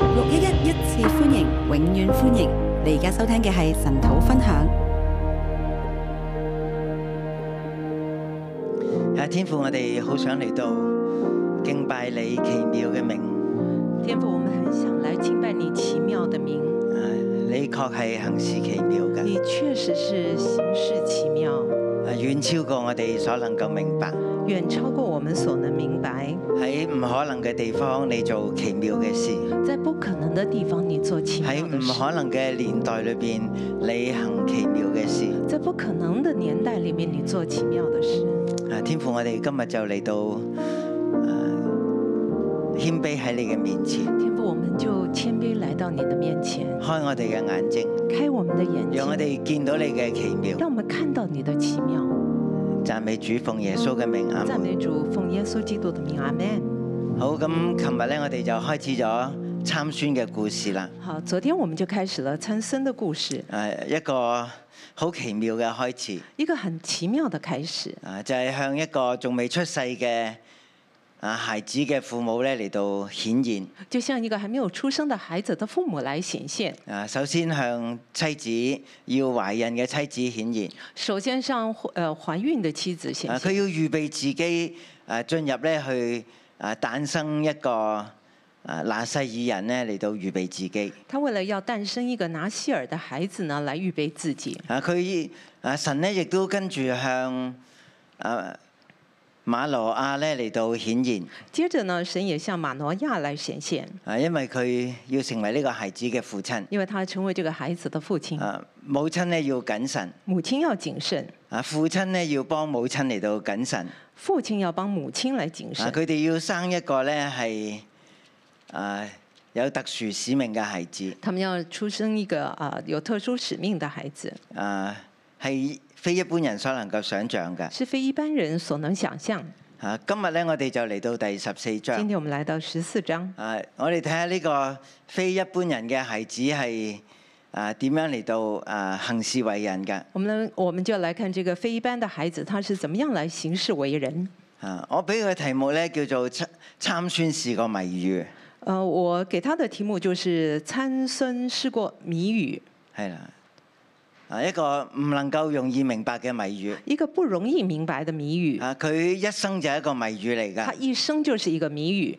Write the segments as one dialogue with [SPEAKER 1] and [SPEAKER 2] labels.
[SPEAKER 1] 六一一一次歡迎，永遠歡迎！你而家收聽嘅係神土分享。
[SPEAKER 2] 啊，天父，我哋好想嚟到敬拜你奇妙嘅名。
[SPEAKER 3] 天父，我们很想来敬拜你奇妙的名，
[SPEAKER 2] 啊，你確係行事奇妙嘅，
[SPEAKER 3] 你确实是行事奇妙，
[SPEAKER 2] 啊，遠超過我哋所能夠明白。
[SPEAKER 3] 远超过我们所能明白。
[SPEAKER 2] 喺唔可能嘅地方，你做奇妙嘅事；
[SPEAKER 3] 在不可能的地方，你做奇
[SPEAKER 2] 喺
[SPEAKER 3] 妙
[SPEAKER 2] 唔
[SPEAKER 3] 的事；
[SPEAKER 2] 可能嘅年代裏邊，你行奇妙嘅事。
[SPEAKER 3] 在不可能的年代里面，你做奇妙的事。
[SPEAKER 2] 啊，天父，我哋今日就嚟到，啊，謙卑喺你嘅面前，
[SPEAKER 3] 天父，我们就谦卑来到你的面前，
[SPEAKER 2] 開我哋嘅眼睛，
[SPEAKER 3] 开我们的眼睛
[SPEAKER 2] 讓，我哋見到你嘅奇妙。
[SPEAKER 3] 让我们看到你的奇妙。
[SPEAKER 2] 讚美主，奉耶穌嘅名啊！
[SPEAKER 3] 赞美主，奉耶稣基督的名，阿门。
[SPEAKER 2] 好，咁琴日咧，我哋就開始咗參孫嘅故事啦。
[SPEAKER 3] 好，昨天我们就开始了参孙的故事，
[SPEAKER 2] 誒一個好奇妙嘅開始，
[SPEAKER 3] 一个很奇妙的开始，
[SPEAKER 2] 啊就係、向一個仲未出世嘅啊孩子嘅父母咧嚟到顯現。
[SPEAKER 3] 就像一个还没有出生的孩子的父母来显现。
[SPEAKER 2] 啊，首先向妻子要懷孕嘅妻子顯現。
[SPEAKER 3] 首先上呃怀孕的妻子显
[SPEAKER 2] 啊，佢
[SPEAKER 3] 现，
[SPEAKER 2] 要預備自己誒進入咧去誒誕生一個啊誒拿細爾人咧嚟到預備自己。
[SPEAKER 3] 她为了要诞生一个拿希尔的孩子呢，来预备自己。
[SPEAKER 2] 啊，佢啊神咧亦都跟住向啊馬羅亞咧嚟到顯現。
[SPEAKER 3] 接着呢，神也向马挪亚来显现，
[SPEAKER 2] 啊，因為佢要成為呢個孩子嘅父親。
[SPEAKER 3] 因为他成为这个孩子的父亲。
[SPEAKER 2] 啊，母親咧要謹慎，
[SPEAKER 3] 母亲要谨慎，
[SPEAKER 2] 啊，父親咧要幫母親嚟到謹慎。
[SPEAKER 3] 父亲要帮母亲来谨
[SPEAKER 2] 啊，
[SPEAKER 3] 慎。
[SPEAKER 2] 佢哋要生一個咧係啊有特殊使命嘅孩子，
[SPEAKER 3] 他们要出生一个啊、有特殊使命的孩子，
[SPEAKER 2] 啊係非一般人所能夠想像嘅。
[SPEAKER 3] 是非一般人所能想象。
[SPEAKER 2] 啊，今日咧我哋就嚟到第十四
[SPEAKER 3] 今
[SPEAKER 2] 章。
[SPEAKER 3] 天我们来到十四章，
[SPEAKER 2] 啊，我哋睇下呢個非一般人嘅孩子係啊點樣嚟到啊行事為人嘅。
[SPEAKER 3] 我们呢我们就来看这个非一般的孩子他是怎么样来行事为人。
[SPEAKER 2] 啊，我俾佢嘅題目咧叫做參參孫是個謎語。
[SPEAKER 3] 呃，我给他的题目就是参孙试过谜语，
[SPEAKER 2] 係啦，啊一個唔能夠容易明白嘅謎語，
[SPEAKER 3] 一个不容易明白的谜语。
[SPEAKER 2] 啊佢一生就係一個謎語嚟
[SPEAKER 3] 他
[SPEAKER 2] 㗎，
[SPEAKER 3] 一生就是一个谜语，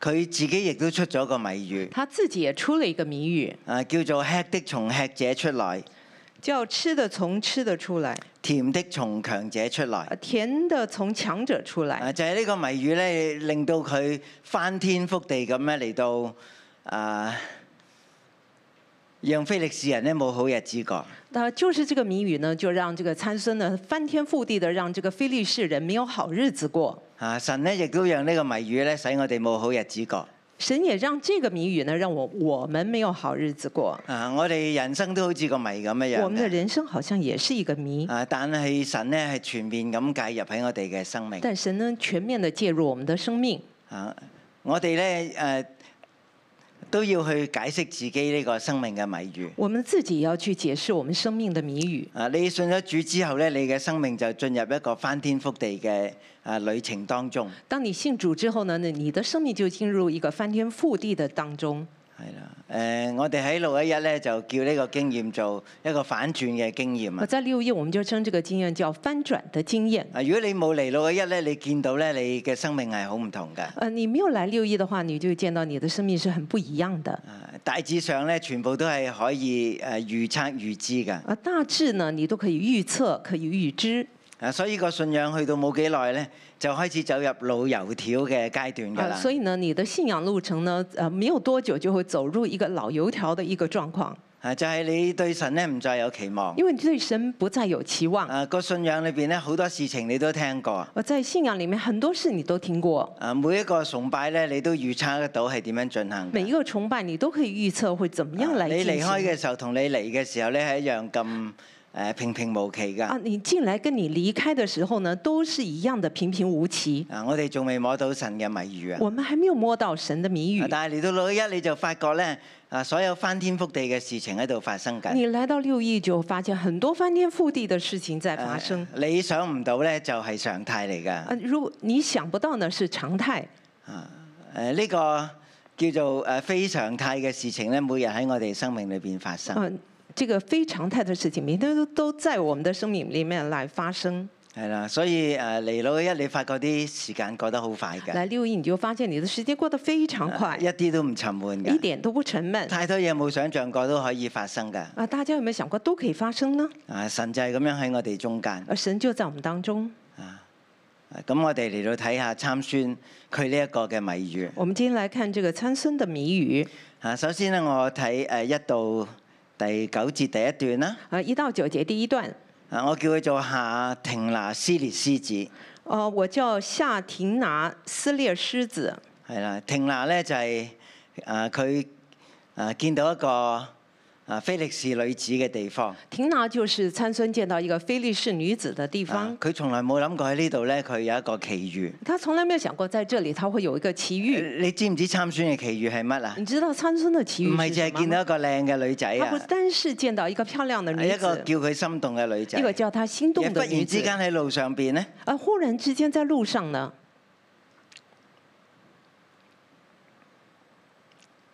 [SPEAKER 2] 佢自己亦都出咗個謎語，
[SPEAKER 3] 他自己也出了一个谜语，
[SPEAKER 2] 啊叫做吃的從吃者出來，
[SPEAKER 3] 叫“吃的从吃的出来，
[SPEAKER 2] 甜的從強者出來
[SPEAKER 3] 呃，甜的从强者出
[SPEAKER 2] 啊
[SPEAKER 3] 来
[SPEAKER 2] 就係、呢個謎語咧，令到佢翻天覆地咁咧嚟到啊，讓菲力士人咧冇好日子過。”。
[SPEAKER 3] 那就是这个谜语呢，就让这个参孙呢翻天覆地的让这个非利士人没有好日子过。
[SPEAKER 2] 啊！神咧亦都讓呢個謎語咧，使我哋冇好日子過。
[SPEAKER 3] 神也让这个谜语呢，让我我们没有好日子过。
[SPEAKER 2] 啊！我哋人生都好似個謎咁樣
[SPEAKER 3] 我
[SPEAKER 2] 樣
[SPEAKER 3] 们的
[SPEAKER 2] 嘅。
[SPEAKER 3] 人生好像也是一个谜，
[SPEAKER 2] 啊！但係神咧係全面咁介入喺我哋嘅生命。
[SPEAKER 3] 但神呢全面的介入我们的生命。
[SPEAKER 2] 啊！我哋咧誒都要去解釋自己呢個生命嘅謎語。
[SPEAKER 3] 我们自己也要去解释我们生命的谜语。
[SPEAKER 2] 啊！你信咗主之後咧，你嘅生命就進入一個翻天覆地嘅啊旅程當中。
[SPEAKER 3] 当你信主之后呢，那你的生命就进入一个翻天覆地的当中。
[SPEAKER 2] 係啦，誒、我哋喺六一一咧就叫呢個經驗做一個反轉嘅經驗
[SPEAKER 3] 我
[SPEAKER 2] 啊！
[SPEAKER 3] 在六一，我们就称这个经验叫翻转的经验。
[SPEAKER 2] 啊，如果你冇嚟六一一咧，你見到咧你嘅生命係好唔同嘅。
[SPEAKER 3] 呃，你没有来六一的话，你就见到你的生命是很不一样的。
[SPEAKER 2] 啊大致上咧，全部都係可以誒預測預知㗎。
[SPEAKER 3] 啊，大致呢，你都可以預測，可以預知。
[SPEAKER 2] 啊，所以個信仰去到冇幾耐咧，就開始走入老油條嘅階段㗎
[SPEAKER 3] 啊，
[SPEAKER 2] 啦。
[SPEAKER 3] 所以呢，你的信仰路程呢，呃，没有多久就会走入一个老油条的一个状况，
[SPEAKER 2] 啊，就係、你對神咧唔再有期望。
[SPEAKER 3] 因为你对神不再有期望。
[SPEAKER 2] 啊，個信仰裏邊咧好多事情你都聽過。
[SPEAKER 3] 我在信仰里面很多事你都听过，
[SPEAKER 2] 啊，每一個崇拜咧，你都預測得到係點樣進行㗎。
[SPEAKER 3] 每一个崇拜你都可以預測會怎么样来
[SPEAKER 2] 啊你
[SPEAKER 3] 進
[SPEAKER 2] 離
[SPEAKER 3] 行。
[SPEAKER 2] 開嘅時候同你嚟嘅時候咧係一樣咁誒平平無奇㗎。
[SPEAKER 3] 啊，你进来跟你离开的时候呢，都是一样的平平无奇。
[SPEAKER 2] 啊，我哋仲未摸到神嘅謎語啊！
[SPEAKER 3] 我们还没有摸到神的谜语
[SPEAKER 2] 啊。但係嚟到六一你就發覺咧，啊所有翻天覆地嘅事情喺度發生緊。
[SPEAKER 3] 你来到六一就发现很多翻天覆地的事情在发生。啊
[SPEAKER 2] 誒啊你想唔到咧就係常態嚟㗎。
[SPEAKER 3] 啊，如果你想不到呢是常态。
[SPEAKER 2] 誒呢個叫做誒非常態嘅事情咧，每日喺我哋生命裏邊發生。
[SPEAKER 3] 嗯、这个非常态的事情，每天都都在我们的生命里面来发生。
[SPEAKER 2] 係啦，所以誒嚟到一，你發覺啲時間過得好快㗎，啊
[SPEAKER 3] 来六一，你就发现你的时间过得非常快，
[SPEAKER 2] 一啲都唔沉悶
[SPEAKER 3] 一
[SPEAKER 2] 㗎。
[SPEAKER 3] 点都不沉闷
[SPEAKER 2] 太多嘢冇想象過都可以發生㗎。
[SPEAKER 3] 啊！大家有没有想过都可以发生呢？
[SPEAKER 2] 啊，神就係咁樣喺我哋中間。
[SPEAKER 3] 而神就在我们当中。
[SPEAKER 2] 啊咁我哋嚟到睇下參孫佢呢一個嘅謎語。
[SPEAKER 3] 我们今天来看这个参孙的谜语
[SPEAKER 2] 啊，首先咧，我睇誒一到第九節第一段啦。
[SPEAKER 3] 啊，一到九节第一段。
[SPEAKER 2] 啊，我叫佢做下停拿撕裂獅子。
[SPEAKER 3] 呃，我叫夏廷拿撕裂狮子。
[SPEAKER 2] 係啦，停拿咧就係啊佢啊見到一個啊菲力士女子嘅地方。
[SPEAKER 3] 廷拿就是参孙见到一个非利士女子的地方
[SPEAKER 2] 啊，佢從來冇諗過喺呢度咧，佢有一個奇遇。
[SPEAKER 3] 他从来没有想过在这里他会有一个奇遇。
[SPEAKER 2] 你知唔知參孫嘅奇遇係乜啊？
[SPEAKER 3] 你知道参孙的奇
[SPEAKER 2] 唔
[SPEAKER 3] 遇
[SPEAKER 2] 係淨
[SPEAKER 3] 是什
[SPEAKER 2] 係見到
[SPEAKER 3] 么吗？
[SPEAKER 2] 一個靚嘅女仔
[SPEAKER 3] 他不
[SPEAKER 2] 啊，哎
[SPEAKER 3] 单是见到一个漂亮的女
[SPEAKER 2] 一個
[SPEAKER 3] 子，
[SPEAKER 2] 叫佢心動嘅女仔
[SPEAKER 3] 一。个叫他心
[SPEAKER 2] 亦
[SPEAKER 3] 动
[SPEAKER 2] 忽
[SPEAKER 3] 的
[SPEAKER 2] 然
[SPEAKER 3] 女
[SPEAKER 2] 之
[SPEAKER 3] 子，
[SPEAKER 2] 間喺路上邊咧，
[SPEAKER 3] 而忽然之间在路上呢，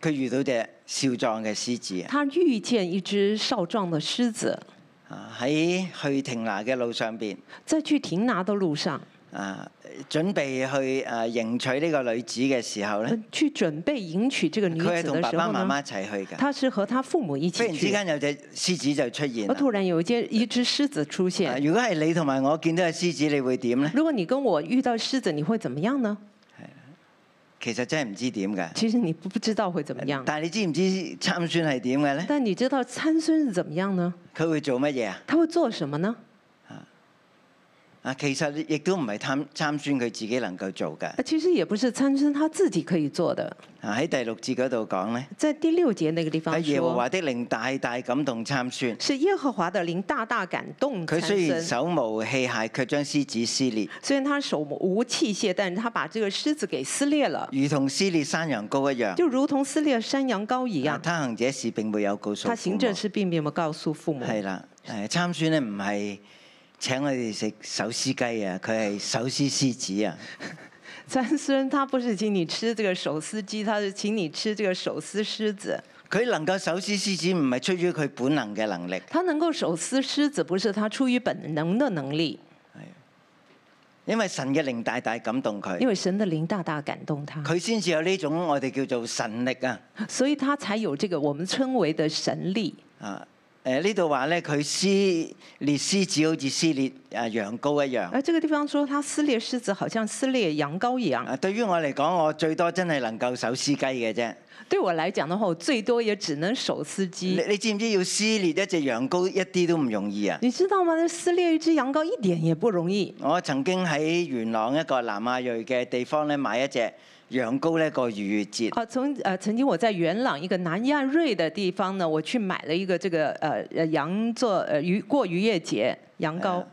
[SPEAKER 2] 佢遇到隻少壯嘅獅子啊
[SPEAKER 3] 他遇见一只少壮的狮子，
[SPEAKER 2] 啊！喺去停拿嘅路上邊
[SPEAKER 3] 在去廷拿的路上，
[SPEAKER 2] 啊，準備去啊迎娶呢個女子嘅時候咧
[SPEAKER 3] 呃，去准备迎娶这个女
[SPEAKER 2] 佢係
[SPEAKER 3] 子
[SPEAKER 2] 哎同
[SPEAKER 3] 的
[SPEAKER 2] 爸
[SPEAKER 3] 时
[SPEAKER 2] 爸
[SPEAKER 3] 候
[SPEAKER 2] 媽媽
[SPEAKER 3] 呢，
[SPEAKER 2] 一齊去㗎。
[SPEAKER 3] 他是和他父母一
[SPEAKER 2] 忽
[SPEAKER 3] 起
[SPEAKER 2] 然之
[SPEAKER 3] 去。
[SPEAKER 2] 間有隻獅子就出現
[SPEAKER 3] 而
[SPEAKER 2] 啦。
[SPEAKER 3] 突然有一件一只狮子出
[SPEAKER 2] 啊
[SPEAKER 3] 现。
[SPEAKER 2] 如果係你同埋我見到嘅獅子，你會點咧？
[SPEAKER 3] 如果你跟我遇到狮子，你会怎么样呢？
[SPEAKER 2] 其實真係唔知點㗎。
[SPEAKER 3] 其实你不不知道會怎么样，
[SPEAKER 2] 但係你知唔知參孫係點嘅咧？
[SPEAKER 3] 但你知道参孙是怎么样呢？
[SPEAKER 2] 佢會做乜嘢啊？
[SPEAKER 3] 他会做什么呢？
[SPEAKER 2] 啊，其實亦都唔係參參孫佢自己能夠做㗎。
[SPEAKER 3] 呃其实也不是参孙他自己可以做的。
[SPEAKER 2] 啊，喺第六節嗰度講咧，
[SPEAKER 3] 在第六节那个地
[SPEAKER 2] 喺
[SPEAKER 3] 方
[SPEAKER 2] 哎耶和華
[SPEAKER 3] 说，
[SPEAKER 2] 的靈大大感動參孫。
[SPEAKER 3] 是耶和华的灵大大感动
[SPEAKER 2] 佢
[SPEAKER 3] 参
[SPEAKER 2] 雖然
[SPEAKER 3] 孙。
[SPEAKER 2] 手無器械，卻將獅子撕裂，
[SPEAKER 3] 虽然他手无器械，但是他把这个狮子给撕裂了，
[SPEAKER 2] 如同撕裂山羊羔一樣。
[SPEAKER 3] 就如同撕裂山羊羔一
[SPEAKER 2] 啊
[SPEAKER 3] 样。
[SPEAKER 2] 哎他行這事並沒有告訴
[SPEAKER 3] 他行这
[SPEAKER 2] 父
[SPEAKER 3] 事并没有告诉父母
[SPEAKER 2] 母。。係啦，誒參孫咧唔係請我哋食手撕雞啊，佢係手撕獅子啊。
[SPEAKER 3] 参孙他不是请你吃这个手撕鸡，他是请你吃这个手撕狮子。
[SPEAKER 2] 佢能夠手撕獅子，唔係出於佢本能嘅能力，
[SPEAKER 3] 他能够手撕狮子，不是他出于本能的能力，
[SPEAKER 2] 因為神嘅靈大大感動
[SPEAKER 3] 因
[SPEAKER 2] 佢，
[SPEAKER 3] 为神的灵大大感动他，
[SPEAKER 2] 佢先至有呢種我哋叫做神力啊。
[SPEAKER 3] 所以他才有这个我们称为的神力。
[SPEAKER 2] 啊！誒呢度話咧，佢撕裂獅子好似撕裂誒羊羔一樣。
[SPEAKER 3] 而这个地方说他撕裂狮子，好像撕裂羊羔一样。
[SPEAKER 2] 啊，對於我嚟講，我最多真係能夠手撕雞嘅啫。
[SPEAKER 3] 对我来讲的话，我最多也只能手撕
[SPEAKER 2] 你
[SPEAKER 3] 鸡。
[SPEAKER 2] 你知唔知要撕裂一隻羊羔一啲都唔容易啊？
[SPEAKER 3] 你知道吗？那撕裂一只羊羔一点也不容易。
[SPEAKER 2] 我曾經喺元朗一個南亞裔嘅地方咧買一隻羊羔咧過逾越節，
[SPEAKER 3] 啊，曾呃曾经我在元朗一个南亚瑞的地方呢，我去买了一个这个呃呃羊做呃鱼过渔业节羊
[SPEAKER 2] 呃
[SPEAKER 3] 羔，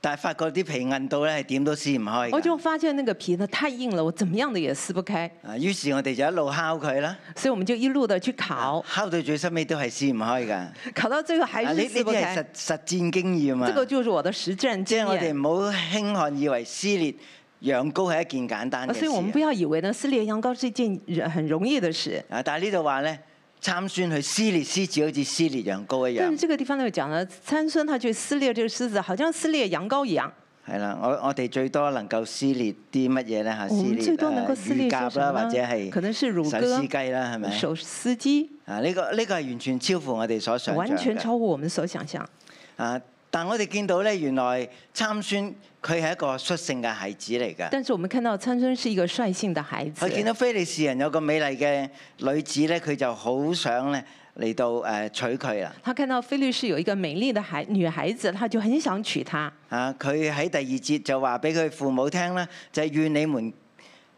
[SPEAKER 2] 但係發覺啲皮韌到咧係點都撕唔開
[SPEAKER 3] 我就
[SPEAKER 2] 㗎。
[SPEAKER 3] 发现那个皮呢太硬了，我怎么样的也撕不开，
[SPEAKER 2] 啊，於是我哋就一路烤佢啦，
[SPEAKER 3] 所以我们就一路的
[SPEAKER 2] 啊
[SPEAKER 3] 去烤，
[SPEAKER 2] 烤到最收尾都係撕唔開㗎。啊，
[SPEAKER 3] 烤到最后还
[SPEAKER 2] 呢呢
[SPEAKER 3] 是撕
[SPEAKER 2] 啲
[SPEAKER 3] 不
[SPEAKER 2] 係
[SPEAKER 3] 开
[SPEAKER 2] 實。實戰經驗
[SPEAKER 3] 这个
[SPEAKER 2] 啊！
[SPEAKER 3] 就是我的实战
[SPEAKER 2] 即
[SPEAKER 3] 经
[SPEAKER 2] 係我哋
[SPEAKER 3] 验，
[SPEAKER 2] 唔好輕看以為撕裂羊羔係一件簡單
[SPEAKER 3] 呃
[SPEAKER 2] 嘅
[SPEAKER 3] 所以我们
[SPEAKER 2] 事啊
[SPEAKER 3] 不要以为呢撕裂羊羔是一件呃很容易的事。
[SPEAKER 2] 啊。啊，但係呢度話咧，參孫去撕裂獅子好似撕裂羊羔一
[SPEAKER 3] 但
[SPEAKER 2] 樣
[SPEAKER 3] 是。这个地方呢讲呢，参孙他去撕裂这个狮子，好像撕裂羊羔一样。
[SPEAKER 2] 係啦，我我哋最多能夠撕裂啲乜嘢咧嚇？
[SPEAKER 3] 我
[SPEAKER 2] 撕
[SPEAKER 3] 们
[SPEAKER 2] 裂
[SPEAKER 3] 哦最多能够
[SPEAKER 2] 誒
[SPEAKER 3] 撕裂
[SPEAKER 2] 乳
[SPEAKER 3] 些
[SPEAKER 2] 鴿
[SPEAKER 3] 什
[SPEAKER 2] 啦，
[SPEAKER 3] 么
[SPEAKER 2] 或者
[SPEAKER 3] 呢？
[SPEAKER 2] 係
[SPEAKER 3] 可能是乳
[SPEAKER 2] 手
[SPEAKER 3] 鸽
[SPEAKER 2] 撕、雞啦，係咪？
[SPEAKER 3] 手撕鸡，
[SPEAKER 2] 啊，呢、個呢、個係完全超乎我哋所想像
[SPEAKER 3] 完全
[SPEAKER 2] 嘅。
[SPEAKER 3] 超乎我们所想象。
[SPEAKER 2] 啊，但我哋見到咧，原來參孫佢係一個率性嘅孩子嚟㗎。
[SPEAKER 3] 但是我们看到参孙是一个率性的孩子
[SPEAKER 2] 佢，見到非利士人有個美麗嘅女子咧，佢就好想咧嚟到誒、呃娶佢啦。
[SPEAKER 3] 他看到菲律士有一个美丽的孩女孩子，他就很想娶她。
[SPEAKER 2] 啊，佢喺第二節就話俾佢父母聽啦，就係、願你們誒、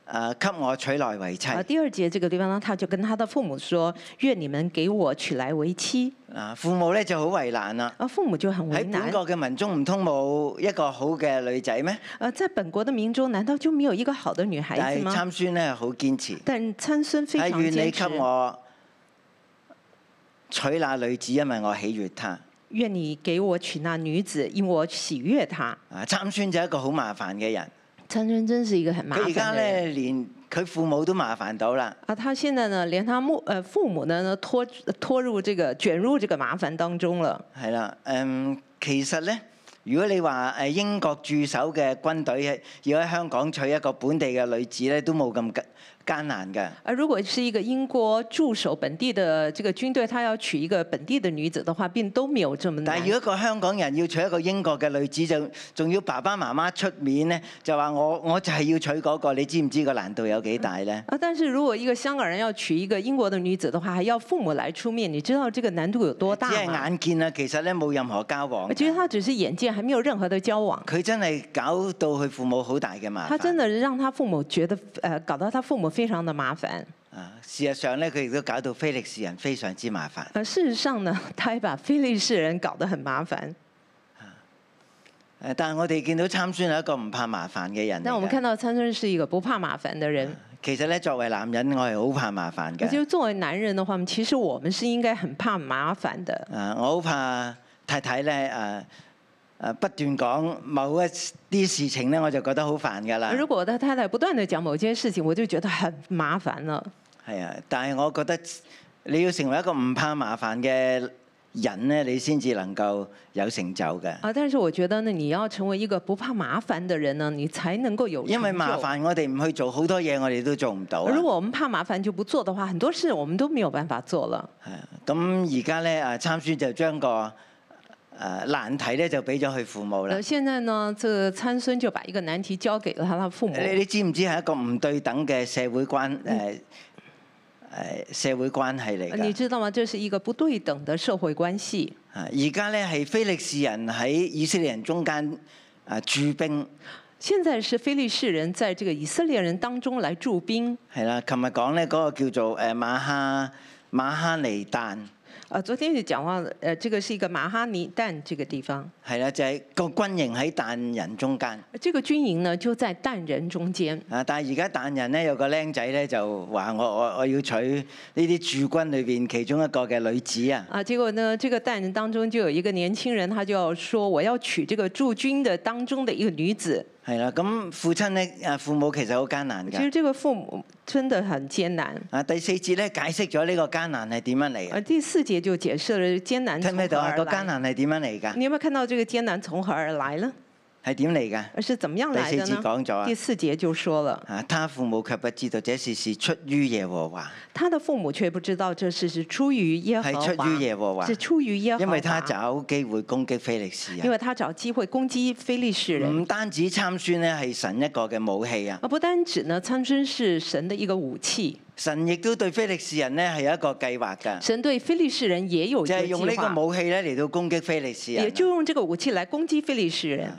[SPEAKER 2] 呃給我娶來為妻。
[SPEAKER 3] 啊，第二节这个地方呢，他就跟他的父母说：“愿你们给我娶来为妻。
[SPEAKER 2] 啊，父母咧就好為難啦。”
[SPEAKER 3] 啊，父母就很为
[SPEAKER 2] 喺本
[SPEAKER 3] 难。
[SPEAKER 2] 國嘅民中唔通冇一個好嘅女仔咩？
[SPEAKER 3] 呃，在本国的民中，难道就没有一个好的女
[SPEAKER 2] 但
[SPEAKER 3] 孩
[SPEAKER 2] 係
[SPEAKER 3] 子吗？
[SPEAKER 2] 參孫咧好堅持，
[SPEAKER 3] 但参孙非
[SPEAKER 2] 係
[SPEAKER 3] 常
[SPEAKER 2] 願你
[SPEAKER 3] 坚持
[SPEAKER 2] 給，我娶那女子，因為我喜悦她。
[SPEAKER 3] 愿你给我娶那女子，因我喜悦她。
[SPEAKER 2] 啊，參孫就係一個好麻煩嘅人，
[SPEAKER 3] 参孙真是一个很麻
[SPEAKER 2] 佢而
[SPEAKER 3] 烦
[SPEAKER 2] 家
[SPEAKER 3] 的人。
[SPEAKER 2] 咧連佢父母都麻煩到啦。
[SPEAKER 3] 啊，他现在呢，连他母呃父母呢呢拖拖入这个卷入这个麻烦当中了。
[SPEAKER 2] 係啦，嗯，其實咧，如果你話誒英國駐守嘅軍隊要喺香港娶一個本地嘅女子咧，都冇咁艱艱難嘅。
[SPEAKER 3] 而啊如果是一个英国驻守本地的这个军队，他要娶一个本地的女子的话，并都没有这么
[SPEAKER 2] 但係
[SPEAKER 3] 难
[SPEAKER 2] 如。果一個香港人要娶一個英國嘅女子，就仲要爸爸媽媽出面咧，就話我我就係要娶嗰、個，你知唔知個難度有幾大咧？
[SPEAKER 3] 啊，但是如果一个香港人要娶一个英国的女子的话，还要父母来出面，你知道这个难度有多
[SPEAKER 2] 只
[SPEAKER 3] 大
[SPEAKER 2] 係
[SPEAKER 3] 吗？
[SPEAKER 2] 眼見啦，其實咧冇任何交往
[SPEAKER 3] 我觉得
[SPEAKER 2] 㗎。
[SPEAKER 3] 他只是眼界，还没有任何的交往。
[SPEAKER 2] 佢真係搞到佢父母好大嘅麻
[SPEAKER 3] 他真
[SPEAKER 2] 煩。
[SPEAKER 3] 的让他父母覺得，呃，搞到他父母非常的麻煩。
[SPEAKER 2] 啊，事實上咧，佢亦都搞到菲力士人非常之麻煩。
[SPEAKER 3] 呃，事實上呢，他也把非利士人搞得很麻煩。
[SPEAKER 2] 誒，呃但係我哋見到參孫係一個唔怕麻煩嘅人嚟
[SPEAKER 3] 但我們
[SPEAKER 2] 㗎
[SPEAKER 3] 看到參孫是一個不怕麻煩的 人。
[SPEAKER 2] 其實咧，作為男人，我係好怕麻煩
[SPEAKER 3] 我
[SPEAKER 2] 嘅
[SPEAKER 3] 覺。得作為男人的話，其實我們是應該很怕麻煩的。
[SPEAKER 2] 啊，我好怕太太咧，誒、誒、不斷講某一啲事情咧，我就覺得好煩㗎啦。
[SPEAKER 3] 如果他太太不斷的講某件事情，我就覺得很麻煩了。
[SPEAKER 2] 係啊，但係我覺得你要成為一個唔怕麻煩嘅人咧，你先至能夠有成就嘅。
[SPEAKER 3] 啊，但是我覺得呢，你要成為一個不怕麻煩的人呢，你才能夠有
[SPEAKER 2] 因為
[SPEAKER 3] 成
[SPEAKER 2] 麻
[SPEAKER 3] 就。
[SPEAKER 2] 煩，我哋唔去做好多嘢，我哋都做唔到啊。
[SPEAKER 3] 如果我們怕麻煩就不做的話，很多事我們都沒有辦法做了。
[SPEAKER 2] 係啊咁而家咧，誒參孫就將個誒難題咧就俾咗佢父母啦
[SPEAKER 3] 呃，。現在呢，這個參孫就把一個難題交給了他的父母。呃
[SPEAKER 2] 你你知唔知係一個唔對等嘅社會關誒誒社會關係嚟
[SPEAKER 3] 呃你
[SPEAKER 2] 㗎？
[SPEAKER 3] 知道嗎？这是一個不對等的社會關係。
[SPEAKER 2] 啊而家咧係非利士人喺以色列人中間啊駐兵，
[SPEAKER 3] 現在是非利士人在這個以色列人當中來駐兵。
[SPEAKER 2] 係啦。琴日講咧嗰個叫做誒馬哈馬哈尼但，
[SPEAKER 3] 呃，昨天就講到，呃，這個是一個馬哈尼但這個地方，
[SPEAKER 2] 係啦，就係、個軍營喺但人中間。
[SPEAKER 3] 呃這個軍營呢就在但人中間。
[SPEAKER 2] 啊！但係而家但人咧有個僆仔咧就話我我我要娶呢啲駐軍裏邊其中一個嘅女子啊！
[SPEAKER 3] 啊，結果呢，這個但人當中就有一個年輕人，他就要說我要娶這個駐軍的當中的一個女子。
[SPEAKER 2] 係啦，咁父親咧啊父母其實好艱難
[SPEAKER 3] 其
[SPEAKER 2] 㗎。
[SPEAKER 3] 實這個父母真的很艱難。
[SPEAKER 2] 啊，第四節咧解釋咗呢個艱難係點樣嚟
[SPEAKER 3] 呃，
[SPEAKER 2] 嘅，
[SPEAKER 3] 第四節就解釋了艱難
[SPEAKER 2] 聽唔聽
[SPEAKER 3] 從何
[SPEAKER 2] 到啊？
[SPEAKER 3] 而
[SPEAKER 2] 個艱
[SPEAKER 3] 來。
[SPEAKER 2] 難係點樣嚟㗎？
[SPEAKER 3] 你有沒有看到這個艱難從何而來呢？
[SPEAKER 2] 係點嚟㗎？
[SPEAKER 3] 而是怎麼樣來
[SPEAKER 2] 第
[SPEAKER 3] 的
[SPEAKER 2] 四節
[SPEAKER 3] 呢？
[SPEAKER 2] 講咗啊
[SPEAKER 3] 第，四節就說了，
[SPEAKER 2] 啊，他父母卻不知道這事是出於耶和華，
[SPEAKER 3] 他的父母卻不知道這事是出於耶和
[SPEAKER 2] 係出
[SPEAKER 3] 華，
[SPEAKER 2] 於耶和華
[SPEAKER 3] 是，出於耶和
[SPEAKER 2] 因
[SPEAKER 3] 華，
[SPEAKER 2] 為他找機會攻擊非利士
[SPEAKER 3] 因
[SPEAKER 2] 人。
[SPEAKER 3] 為他找機會攻擊非利士人。
[SPEAKER 2] 唔單止參孫咧係神一個嘅武器啊，
[SPEAKER 3] 而不單指呢，參孫是神的一個武器，
[SPEAKER 2] 神亦都對非利士人咧係有一個計劃㗎，
[SPEAKER 3] 神對非利士人也有一
[SPEAKER 2] 就
[SPEAKER 3] 個
[SPEAKER 2] 係用呢
[SPEAKER 3] 計
[SPEAKER 2] 個
[SPEAKER 3] 劃，
[SPEAKER 2] 武器啊咧嚟到攻擊非利士
[SPEAKER 3] 也
[SPEAKER 2] 人。啊
[SPEAKER 3] 就用這個武器來攻擊非利士
[SPEAKER 2] 嗯
[SPEAKER 3] 人。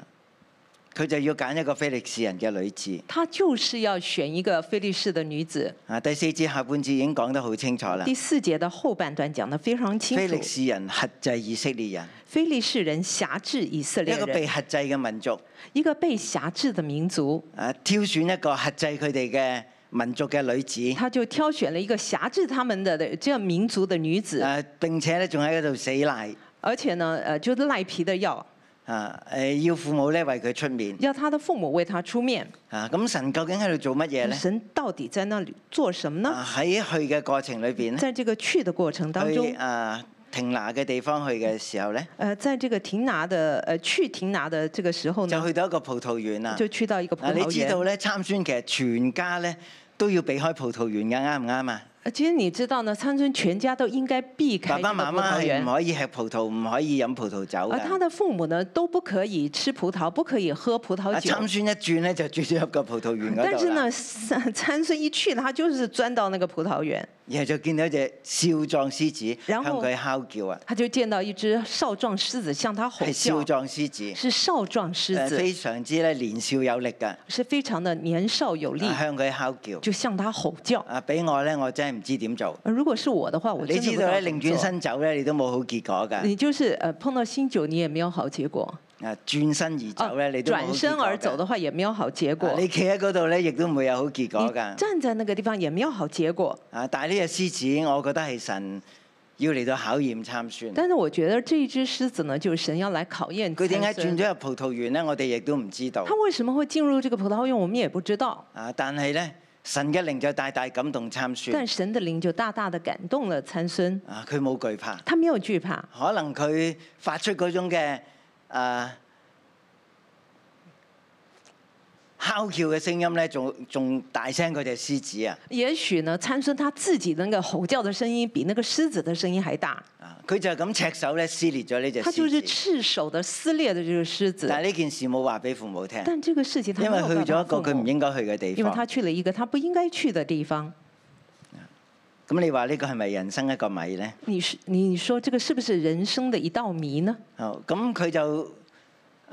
[SPEAKER 2] 佢就要揀一個非利士人嘅女子。
[SPEAKER 3] 他就是要選一個非利士的女子。
[SPEAKER 2] 啊，第四節下半節已經講得好清楚啦
[SPEAKER 3] 第。四節的後半段講得非常清
[SPEAKER 2] 嗯非利
[SPEAKER 3] 楚，
[SPEAKER 2] 士人轄制以色列人。
[SPEAKER 3] 非利士人轄制以色列
[SPEAKER 2] 一個被
[SPEAKER 3] 人，
[SPEAKER 2] 核制嘅民族，
[SPEAKER 3] 一個被轄制的民族，
[SPEAKER 2] 啊，挑選一個核制佢哋嘅民族嘅女子，
[SPEAKER 3] 他就挑選了一個轄制他們的的這民族的女子，
[SPEAKER 2] 啊，並且咧仲喺嗰度死賴，
[SPEAKER 3] 而且呢，呃，就賴皮的要
[SPEAKER 2] 啊，誒要父母咧為佢出面，
[SPEAKER 3] 要他的父母為他出面。
[SPEAKER 2] 啊，咁神究竟喺度做乜嘢咧？
[SPEAKER 3] 神到底在那裡做什麼呢？
[SPEAKER 2] 啊喺去嘅過程裏邊咧，
[SPEAKER 3] 在這個去的過程當
[SPEAKER 2] 去
[SPEAKER 3] 中，
[SPEAKER 2] 啊停拿嘅地方去嘅時候咧，
[SPEAKER 3] 呃，在這個停拿的呃去停拿的這個時候
[SPEAKER 2] 就
[SPEAKER 3] 呢，
[SPEAKER 2] 去到一個葡萄園啦。
[SPEAKER 3] 就去到一個葡
[SPEAKER 2] 啊，你
[SPEAKER 3] 萄
[SPEAKER 2] 知道
[SPEAKER 3] 園。
[SPEAKER 2] 咧，參孫其實全家咧都要避開葡萄園嘅，啱唔啱啊？
[SPEAKER 3] 呃其實你知道呢，參孫全家都應該避開
[SPEAKER 2] 爸爸
[SPEAKER 3] 這個
[SPEAKER 2] 媽
[SPEAKER 3] 葡
[SPEAKER 2] 媽
[SPEAKER 3] 萄
[SPEAKER 2] 係唔
[SPEAKER 3] 園，
[SPEAKER 2] 可以吃葡萄，唔可以飲葡萄酒
[SPEAKER 3] 而他
[SPEAKER 2] 嘅。
[SPEAKER 3] 的父母呢都不可以吃葡萄，不可以喝葡萄
[SPEAKER 2] 啊，
[SPEAKER 3] 酒。
[SPEAKER 2] 參孫一轉咧就轉咗入個葡萄園嗰
[SPEAKER 3] 但
[SPEAKER 2] 度
[SPEAKER 3] 是
[SPEAKER 2] 啦
[SPEAKER 3] 呢， 參參孫一去，他就是鑽到那個葡萄園，
[SPEAKER 2] 然後就見到一隻少壯獅子向
[SPEAKER 3] 然後
[SPEAKER 2] 佢嚎叫啊，
[SPEAKER 3] 他就見到一隻少壯獅子向他吼
[SPEAKER 2] 係少
[SPEAKER 3] 叫，
[SPEAKER 2] 壯獅子，
[SPEAKER 3] 是少壯獅
[SPEAKER 2] 誒
[SPEAKER 3] 子，
[SPEAKER 2] 哎非常之咧年少有力嘅，
[SPEAKER 3] 是非常的年少有力，
[SPEAKER 2] 向佢嚎叫。
[SPEAKER 3] 就向他吼叫。
[SPEAKER 2] 啊，俾我咧，我真係唔知點做。
[SPEAKER 3] 而呃如果是我的話，我真
[SPEAKER 2] 你
[SPEAKER 3] 的
[SPEAKER 2] 知
[SPEAKER 3] 不
[SPEAKER 2] 道咧，
[SPEAKER 3] 怎麼
[SPEAKER 2] 擰轉
[SPEAKER 3] 做
[SPEAKER 2] 身走咧，你都冇好結果㗎。
[SPEAKER 3] 你就是呃碰到新酒，你也沒有好結果。
[SPEAKER 2] 啊，轉身而
[SPEAKER 3] 啊
[SPEAKER 2] 走咧，你都冇好
[SPEAKER 3] 轉
[SPEAKER 2] 結
[SPEAKER 3] 身
[SPEAKER 2] 果
[SPEAKER 3] 而走
[SPEAKER 2] 㗎
[SPEAKER 3] 的話，也沒有好結果
[SPEAKER 2] 啊。你企喺嗰度咧，亦都唔會有好結果
[SPEAKER 3] 你
[SPEAKER 2] 㗎。
[SPEAKER 3] 站在那個地方也沒有好結果。
[SPEAKER 2] 啊，但係呢隻獅子，我覺得係神要嚟到考驗參孫。
[SPEAKER 3] 但是我覺得這一隻獅子呢，就是神要來考驗
[SPEAKER 2] 佢點
[SPEAKER 3] 參
[SPEAKER 2] 解
[SPEAKER 3] 孫
[SPEAKER 2] 轉咗入葡萄園咧？我哋亦都唔知道
[SPEAKER 3] 他。為什麼會進入這個葡萄園，我們也不知道。
[SPEAKER 2] 啊，但係咧，神嘅靈就大大感動參孫
[SPEAKER 3] 但。神的靈就大大的感動了參孫，
[SPEAKER 2] 啊，佢冇懼怕，
[SPEAKER 3] 他沒有懼怕，
[SPEAKER 2] 可能佢發出嗰種嘅啊哮叫嘅聲音咧，仲仲大聲過隻獅子啊！
[SPEAKER 3] 也許呢參孫他自己的那個吼叫的聲音比那個獅子的聲音還大，
[SPEAKER 2] 啊，佢就咁赤手咧撕裂咗呢隻
[SPEAKER 3] 他就是
[SPEAKER 2] 獅子。
[SPEAKER 3] 赤手的撕裂的這個獅子
[SPEAKER 2] 但。係呢件事冇話俾父母聽，
[SPEAKER 3] 但這個事情他
[SPEAKER 2] 因
[SPEAKER 3] 沒
[SPEAKER 2] 為
[SPEAKER 3] 有
[SPEAKER 2] 去
[SPEAKER 3] 告訴
[SPEAKER 2] 咗
[SPEAKER 3] 他
[SPEAKER 2] 一個佢
[SPEAKER 3] 父
[SPEAKER 2] 唔
[SPEAKER 3] 母，
[SPEAKER 2] 應該去嘅地
[SPEAKER 3] 因為
[SPEAKER 2] 方
[SPEAKER 3] 他。去了一個他不應該去的地方。
[SPEAKER 2] 咁你話呢個係咪人生一個米呢？
[SPEAKER 3] 你是你說這個是不是人生的一道謎呢？
[SPEAKER 2] 好，哦咁佢就誒、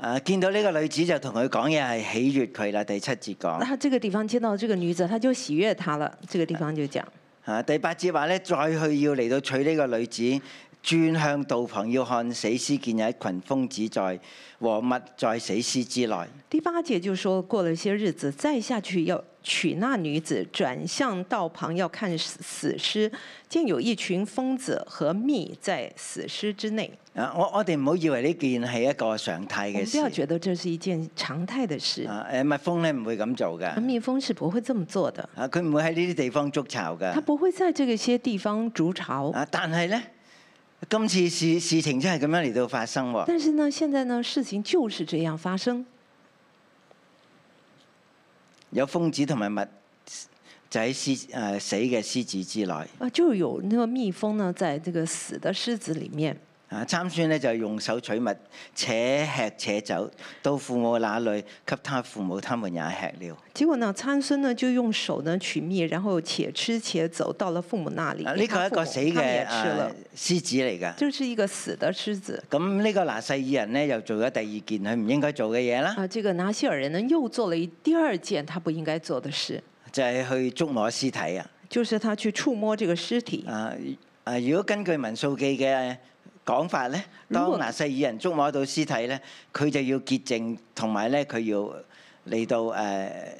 [SPEAKER 2] 呃、見到呢個女子就同佢講嘢係喜悅佢啦。第七節
[SPEAKER 3] 那
[SPEAKER 2] 講
[SPEAKER 3] 他這個地方見到這個女子，他就喜悅她了。這個地方就講，
[SPEAKER 2] 啊，第八節話咧，再去要嚟到娶呢個女子，轉向道旁要看死屍，見有一群蜂子在和蜜在死屍之內。
[SPEAKER 3] 第八節就說過了些日子，再下去要娶那女子，轉向道旁要看死死屍，见有一群蜂子和蜜在死尸之内。
[SPEAKER 2] 啊，我我哋唔好以為呢件係一個常態嘅
[SPEAKER 3] 我们不要
[SPEAKER 2] 事。
[SPEAKER 3] 覺得這是一件常態的事，
[SPEAKER 2] 啊，誒蜜蜂咧唔會咁做
[SPEAKER 3] 而
[SPEAKER 2] 㗎。
[SPEAKER 3] 蜜蜂是不會這麼做的，
[SPEAKER 2] 啊，佢唔會喺呢啲地方築巢㗎
[SPEAKER 3] 它。不會在這個些地方築巢。
[SPEAKER 2] 啊，但係咧，今次事事情真係咁樣嚟到發生喎。
[SPEAKER 3] 但是呢，現在呢，事情就是這樣發生，
[SPEAKER 2] 有蜂子同埋蜜就喺獅誒、呃死嘅獅子之內。
[SPEAKER 3] 啊，就有那個蜜蜂呢，在這個死的獅子裡面。
[SPEAKER 2] 啊，參孫咧就用手取物，且吃且走，到父母那裏，給他父母，他們也吃了。
[SPEAKER 3] 結果呢，參孫呢就用手呢取蜜，然後且吃且走到了父母那裡。
[SPEAKER 2] 啊，呢個係一個
[SPEAKER 3] 他
[SPEAKER 2] 死
[SPEAKER 3] 父母他們
[SPEAKER 2] 嘅
[SPEAKER 3] 也吃
[SPEAKER 2] 啊
[SPEAKER 3] 了，
[SPEAKER 2] 獅子嚟㗎。
[SPEAKER 3] 就是一個死的獅子
[SPEAKER 2] 咁呢個拿細耳人咧又做咗第二件佢唔應該做嘅嘢啦，
[SPEAKER 3] 啊。這個拿西爾人呢又做了一第二件他不應該做的事，
[SPEAKER 2] 就係去觸摸屍體啊。
[SPEAKER 3] 就是他去觸摸這個屍體。
[SPEAKER 2] 啊啊！如果根據民數記嘅講法咧，
[SPEAKER 3] 如果
[SPEAKER 2] 當拿細耳人觸摸到屍體咧，佢就要潔淨，同埋咧佢要嚟到誒、呃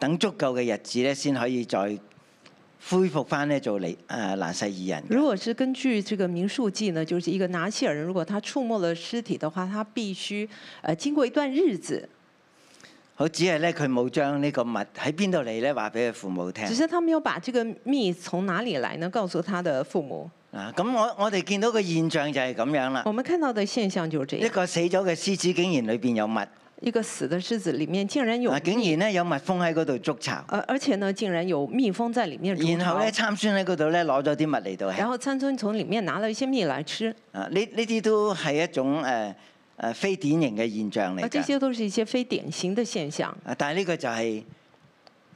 [SPEAKER 2] 等足夠嘅日子咧，先可以再恢復翻咧做嚟誒拿細耳人嘅。
[SPEAKER 3] 如果是根據這個民數記呢，就是一個拿西爾人，如果他觸摸了屍體的話，他必須呃經過一段日子，
[SPEAKER 2] 好，只係咧佢冇將呢個物喺邊度嚟咧話俾佢父母聽
[SPEAKER 3] 只。是他沒有把這個蜜從哪裡來呢告訴他的父母。
[SPEAKER 2] 啊，咁我我哋見到個現象就係咁樣啦。
[SPEAKER 3] 我們看到的現象就是這
[SPEAKER 2] 一
[SPEAKER 3] 樣：
[SPEAKER 2] 個死咗嘅獅子竟然裏邊有蜜，啊
[SPEAKER 3] 一個死的獅子裡面竟然有呃
[SPEAKER 2] 竟然咧有蜜蜂喺嗰度築巢。
[SPEAKER 3] 而而且呢，竟然有蜜蜂在裡面築
[SPEAKER 2] 然後
[SPEAKER 3] 巢
[SPEAKER 2] 咧，，參孫喺嗰度咧攞咗啲物嚟到吃
[SPEAKER 3] 然。後參孫從裡面拿了一些蜜來吃，
[SPEAKER 2] 啊，呢呢啲都係一種誒誒、呃非典型嘅現象嚟
[SPEAKER 3] 啊，這
[SPEAKER 2] 㗎。
[SPEAKER 3] 些都是一些非典型的現象。
[SPEAKER 2] 啊，但係呢個就係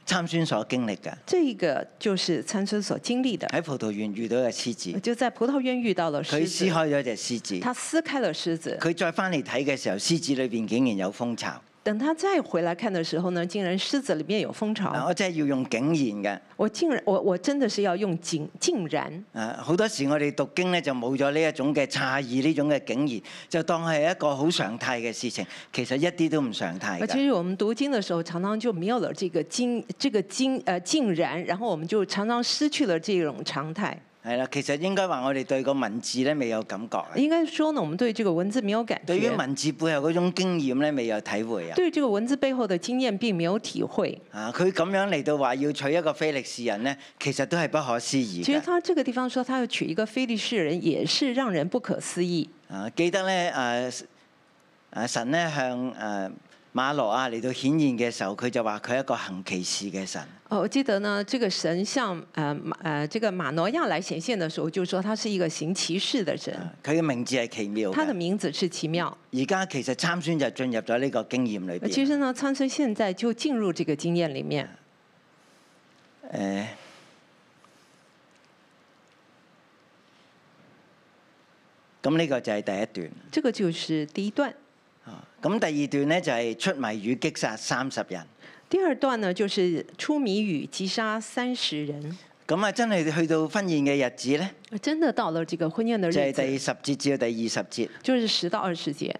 [SPEAKER 2] 參孫所經歷嘅，
[SPEAKER 3] 這個就是參孫所經歷的，
[SPEAKER 2] 喺葡萄園遇到嘅獅子，
[SPEAKER 3] 就在葡萄園遇到了
[SPEAKER 2] 佢
[SPEAKER 3] 獅
[SPEAKER 2] 撕
[SPEAKER 3] 子，
[SPEAKER 2] 開咗隻獅子，
[SPEAKER 3] 他撕開了獅子，
[SPEAKER 2] 佢再翻嚟睇嘅時候，獅子裏邊竟然有蜂巢。啊
[SPEAKER 3] 等他再回來看的時候呢，竟然獅子裡面有蜂
[SPEAKER 2] 啊，
[SPEAKER 3] 巢。
[SPEAKER 2] 我真係要用竟然
[SPEAKER 3] 我竟然，我我真的是要用竟竟然。
[SPEAKER 2] 嘅。啊，好多時我哋讀經咧就冇咗呢一種嘅詫異，呢種嘅竟然，就當係一個好常態嘅事情，其實一啲都唔常態
[SPEAKER 3] 啊，其
[SPEAKER 2] 㗎。
[SPEAKER 3] 實我們讀經的時候，常常就沒有了這個經，這個經，呃，竟然，然後我們就常常失去了這種常態。
[SPEAKER 2] 係啦，其實應該話我哋對個文字咧未有感覺啊。
[SPEAKER 3] 應該說呢，我們對這個文字沒有感
[SPEAKER 2] 對於
[SPEAKER 3] 覺，
[SPEAKER 2] 文字背後嗰種經驗咧，未有體會啊！
[SPEAKER 3] 對這個文字背後的經驗並沒有體會。
[SPEAKER 2] 啊，佢咁樣嚟到話要娶一個非利士人咧，其實都係不可思議
[SPEAKER 3] 其實
[SPEAKER 2] 嘅。
[SPEAKER 3] 他這個地方說他要娶一個非利士人，也是讓人不可思議。
[SPEAKER 2] 啊，記得咧，誒、啊、誒神咧向誒、啊、馬諾亞嚟到顯現嘅時候，佢就話佢係一個行奇事嘅神。
[SPEAKER 3] 哦，我記得呢，這個神像，呃馬呃，這個馬挪亞來顯現的時候，就說他是一個行奇事的神，
[SPEAKER 2] 啊佢嘅名字係奇妙
[SPEAKER 3] 他的
[SPEAKER 2] 嘅。
[SPEAKER 3] 名字是奇妙。呃
[SPEAKER 2] 而家其實參孫就進入咗呢個經驗裏
[SPEAKER 3] 那其
[SPEAKER 2] 邊。
[SPEAKER 3] 實呢，參孫現在就進入這個經驗裡面。
[SPEAKER 2] 誒、咁呢個就係第一段。
[SPEAKER 3] 這個就是第一段。
[SPEAKER 2] 咁第二段呢，就係出謎語擊殺三十人。
[SPEAKER 3] 第二段呢，就是出謎語擊殺三十人。
[SPEAKER 2] 咁啊，真係去到婚宴嘅日子呢，
[SPEAKER 3] 真的到了這個婚宴的
[SPEAKER 2] 就係
[SPEAKER 3] 日子，
[SPEAKER 2] 第十節至到第二十節。
[SPEAKER 3] 就是十到二十節。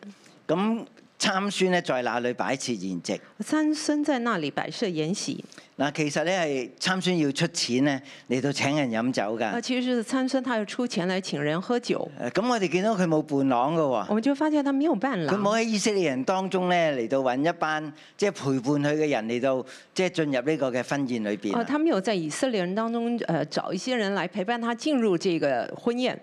[SPEAKER 2] 咁參孫咧在那裏擺設筵席。
[SPEAKER 3] 参孙在那里摆设筵席，
[SPEAKER 2] 嗱，其實咧係參孫要出錢咧嚟到請人飲酒
[SPEAKER 3] 啊，
[SPEAKER 2] 㗎。
[SPEAKER 3] 其实是参孙他要出钱来请人喝酒，
[SPEAKER 2] 誒咁我哋見到佢冇伴郎㗎喎。
[SPEAKER 3] 我们就发现他没有伴
[SPEAKER 2] 佢冇
[SPEAKER 3] 郎，
[SPEAKER 2] 喺以色列人當中咧嚟到揾一班即係陪伴佢嘅人嚟到即係進入呢個嘅婚宴裏邊
[SPEAKER 3] 哦，
[SPEAKER 2] 啊。
[SPEAKER 3] 他没有在以色列人当中呃找一些人来陪伴他进入这个婚宴，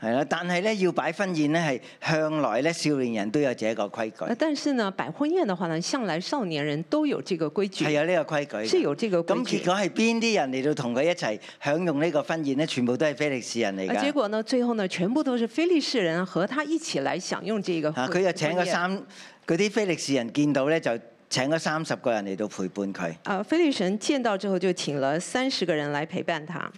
[SPEAKER 2] 係啦，但係咧要擺婚宴咧係向來咧少年人都有這個規
[SPEAKER 3] 呃，
[SPEAKER 2] 矩，
[SPEAKER 3] 但是呢，摆婚宴的话呢，向来少年人都有这个规
[SPEAKER 2] 係
[SPEAKER 3] 矩，
[SPEAKER 2] 有呢個規矩
[SPEAKER 3] 是
[SPEAKER 2] 嘅。
[SPEAKER 3] 有这个规
[SPEAKER 2] 咁結
[SPEAKER 3] 矩。
[SPEAKER 2] 果係邊啲人嚟到同佢一齊享用呢個婚宴咧？全部都係非利士人嚟
[SPEAKER 3] 啊，结
[SPEAKER 2] 㗎。
[SPEAKER 3] 果呢，最后呢，全部都是非利士人和他一起来享用这个
[SPEAKER 2] 啊，
[SPEAKER 3] 婚。
[SPEAKER 2] 佢就請
[SPEAKER 3] 婚
[SPEAKER 2] 嗰
[SPEAKER 3] 宴。
[SPEAKER 2] 三嗰啲非利士人見到咧，就請嗰三十個人嚟到陪伴佢。
[SPEAKER 3] 啊，非利士人见到之后就请了三十个人来陪伴他。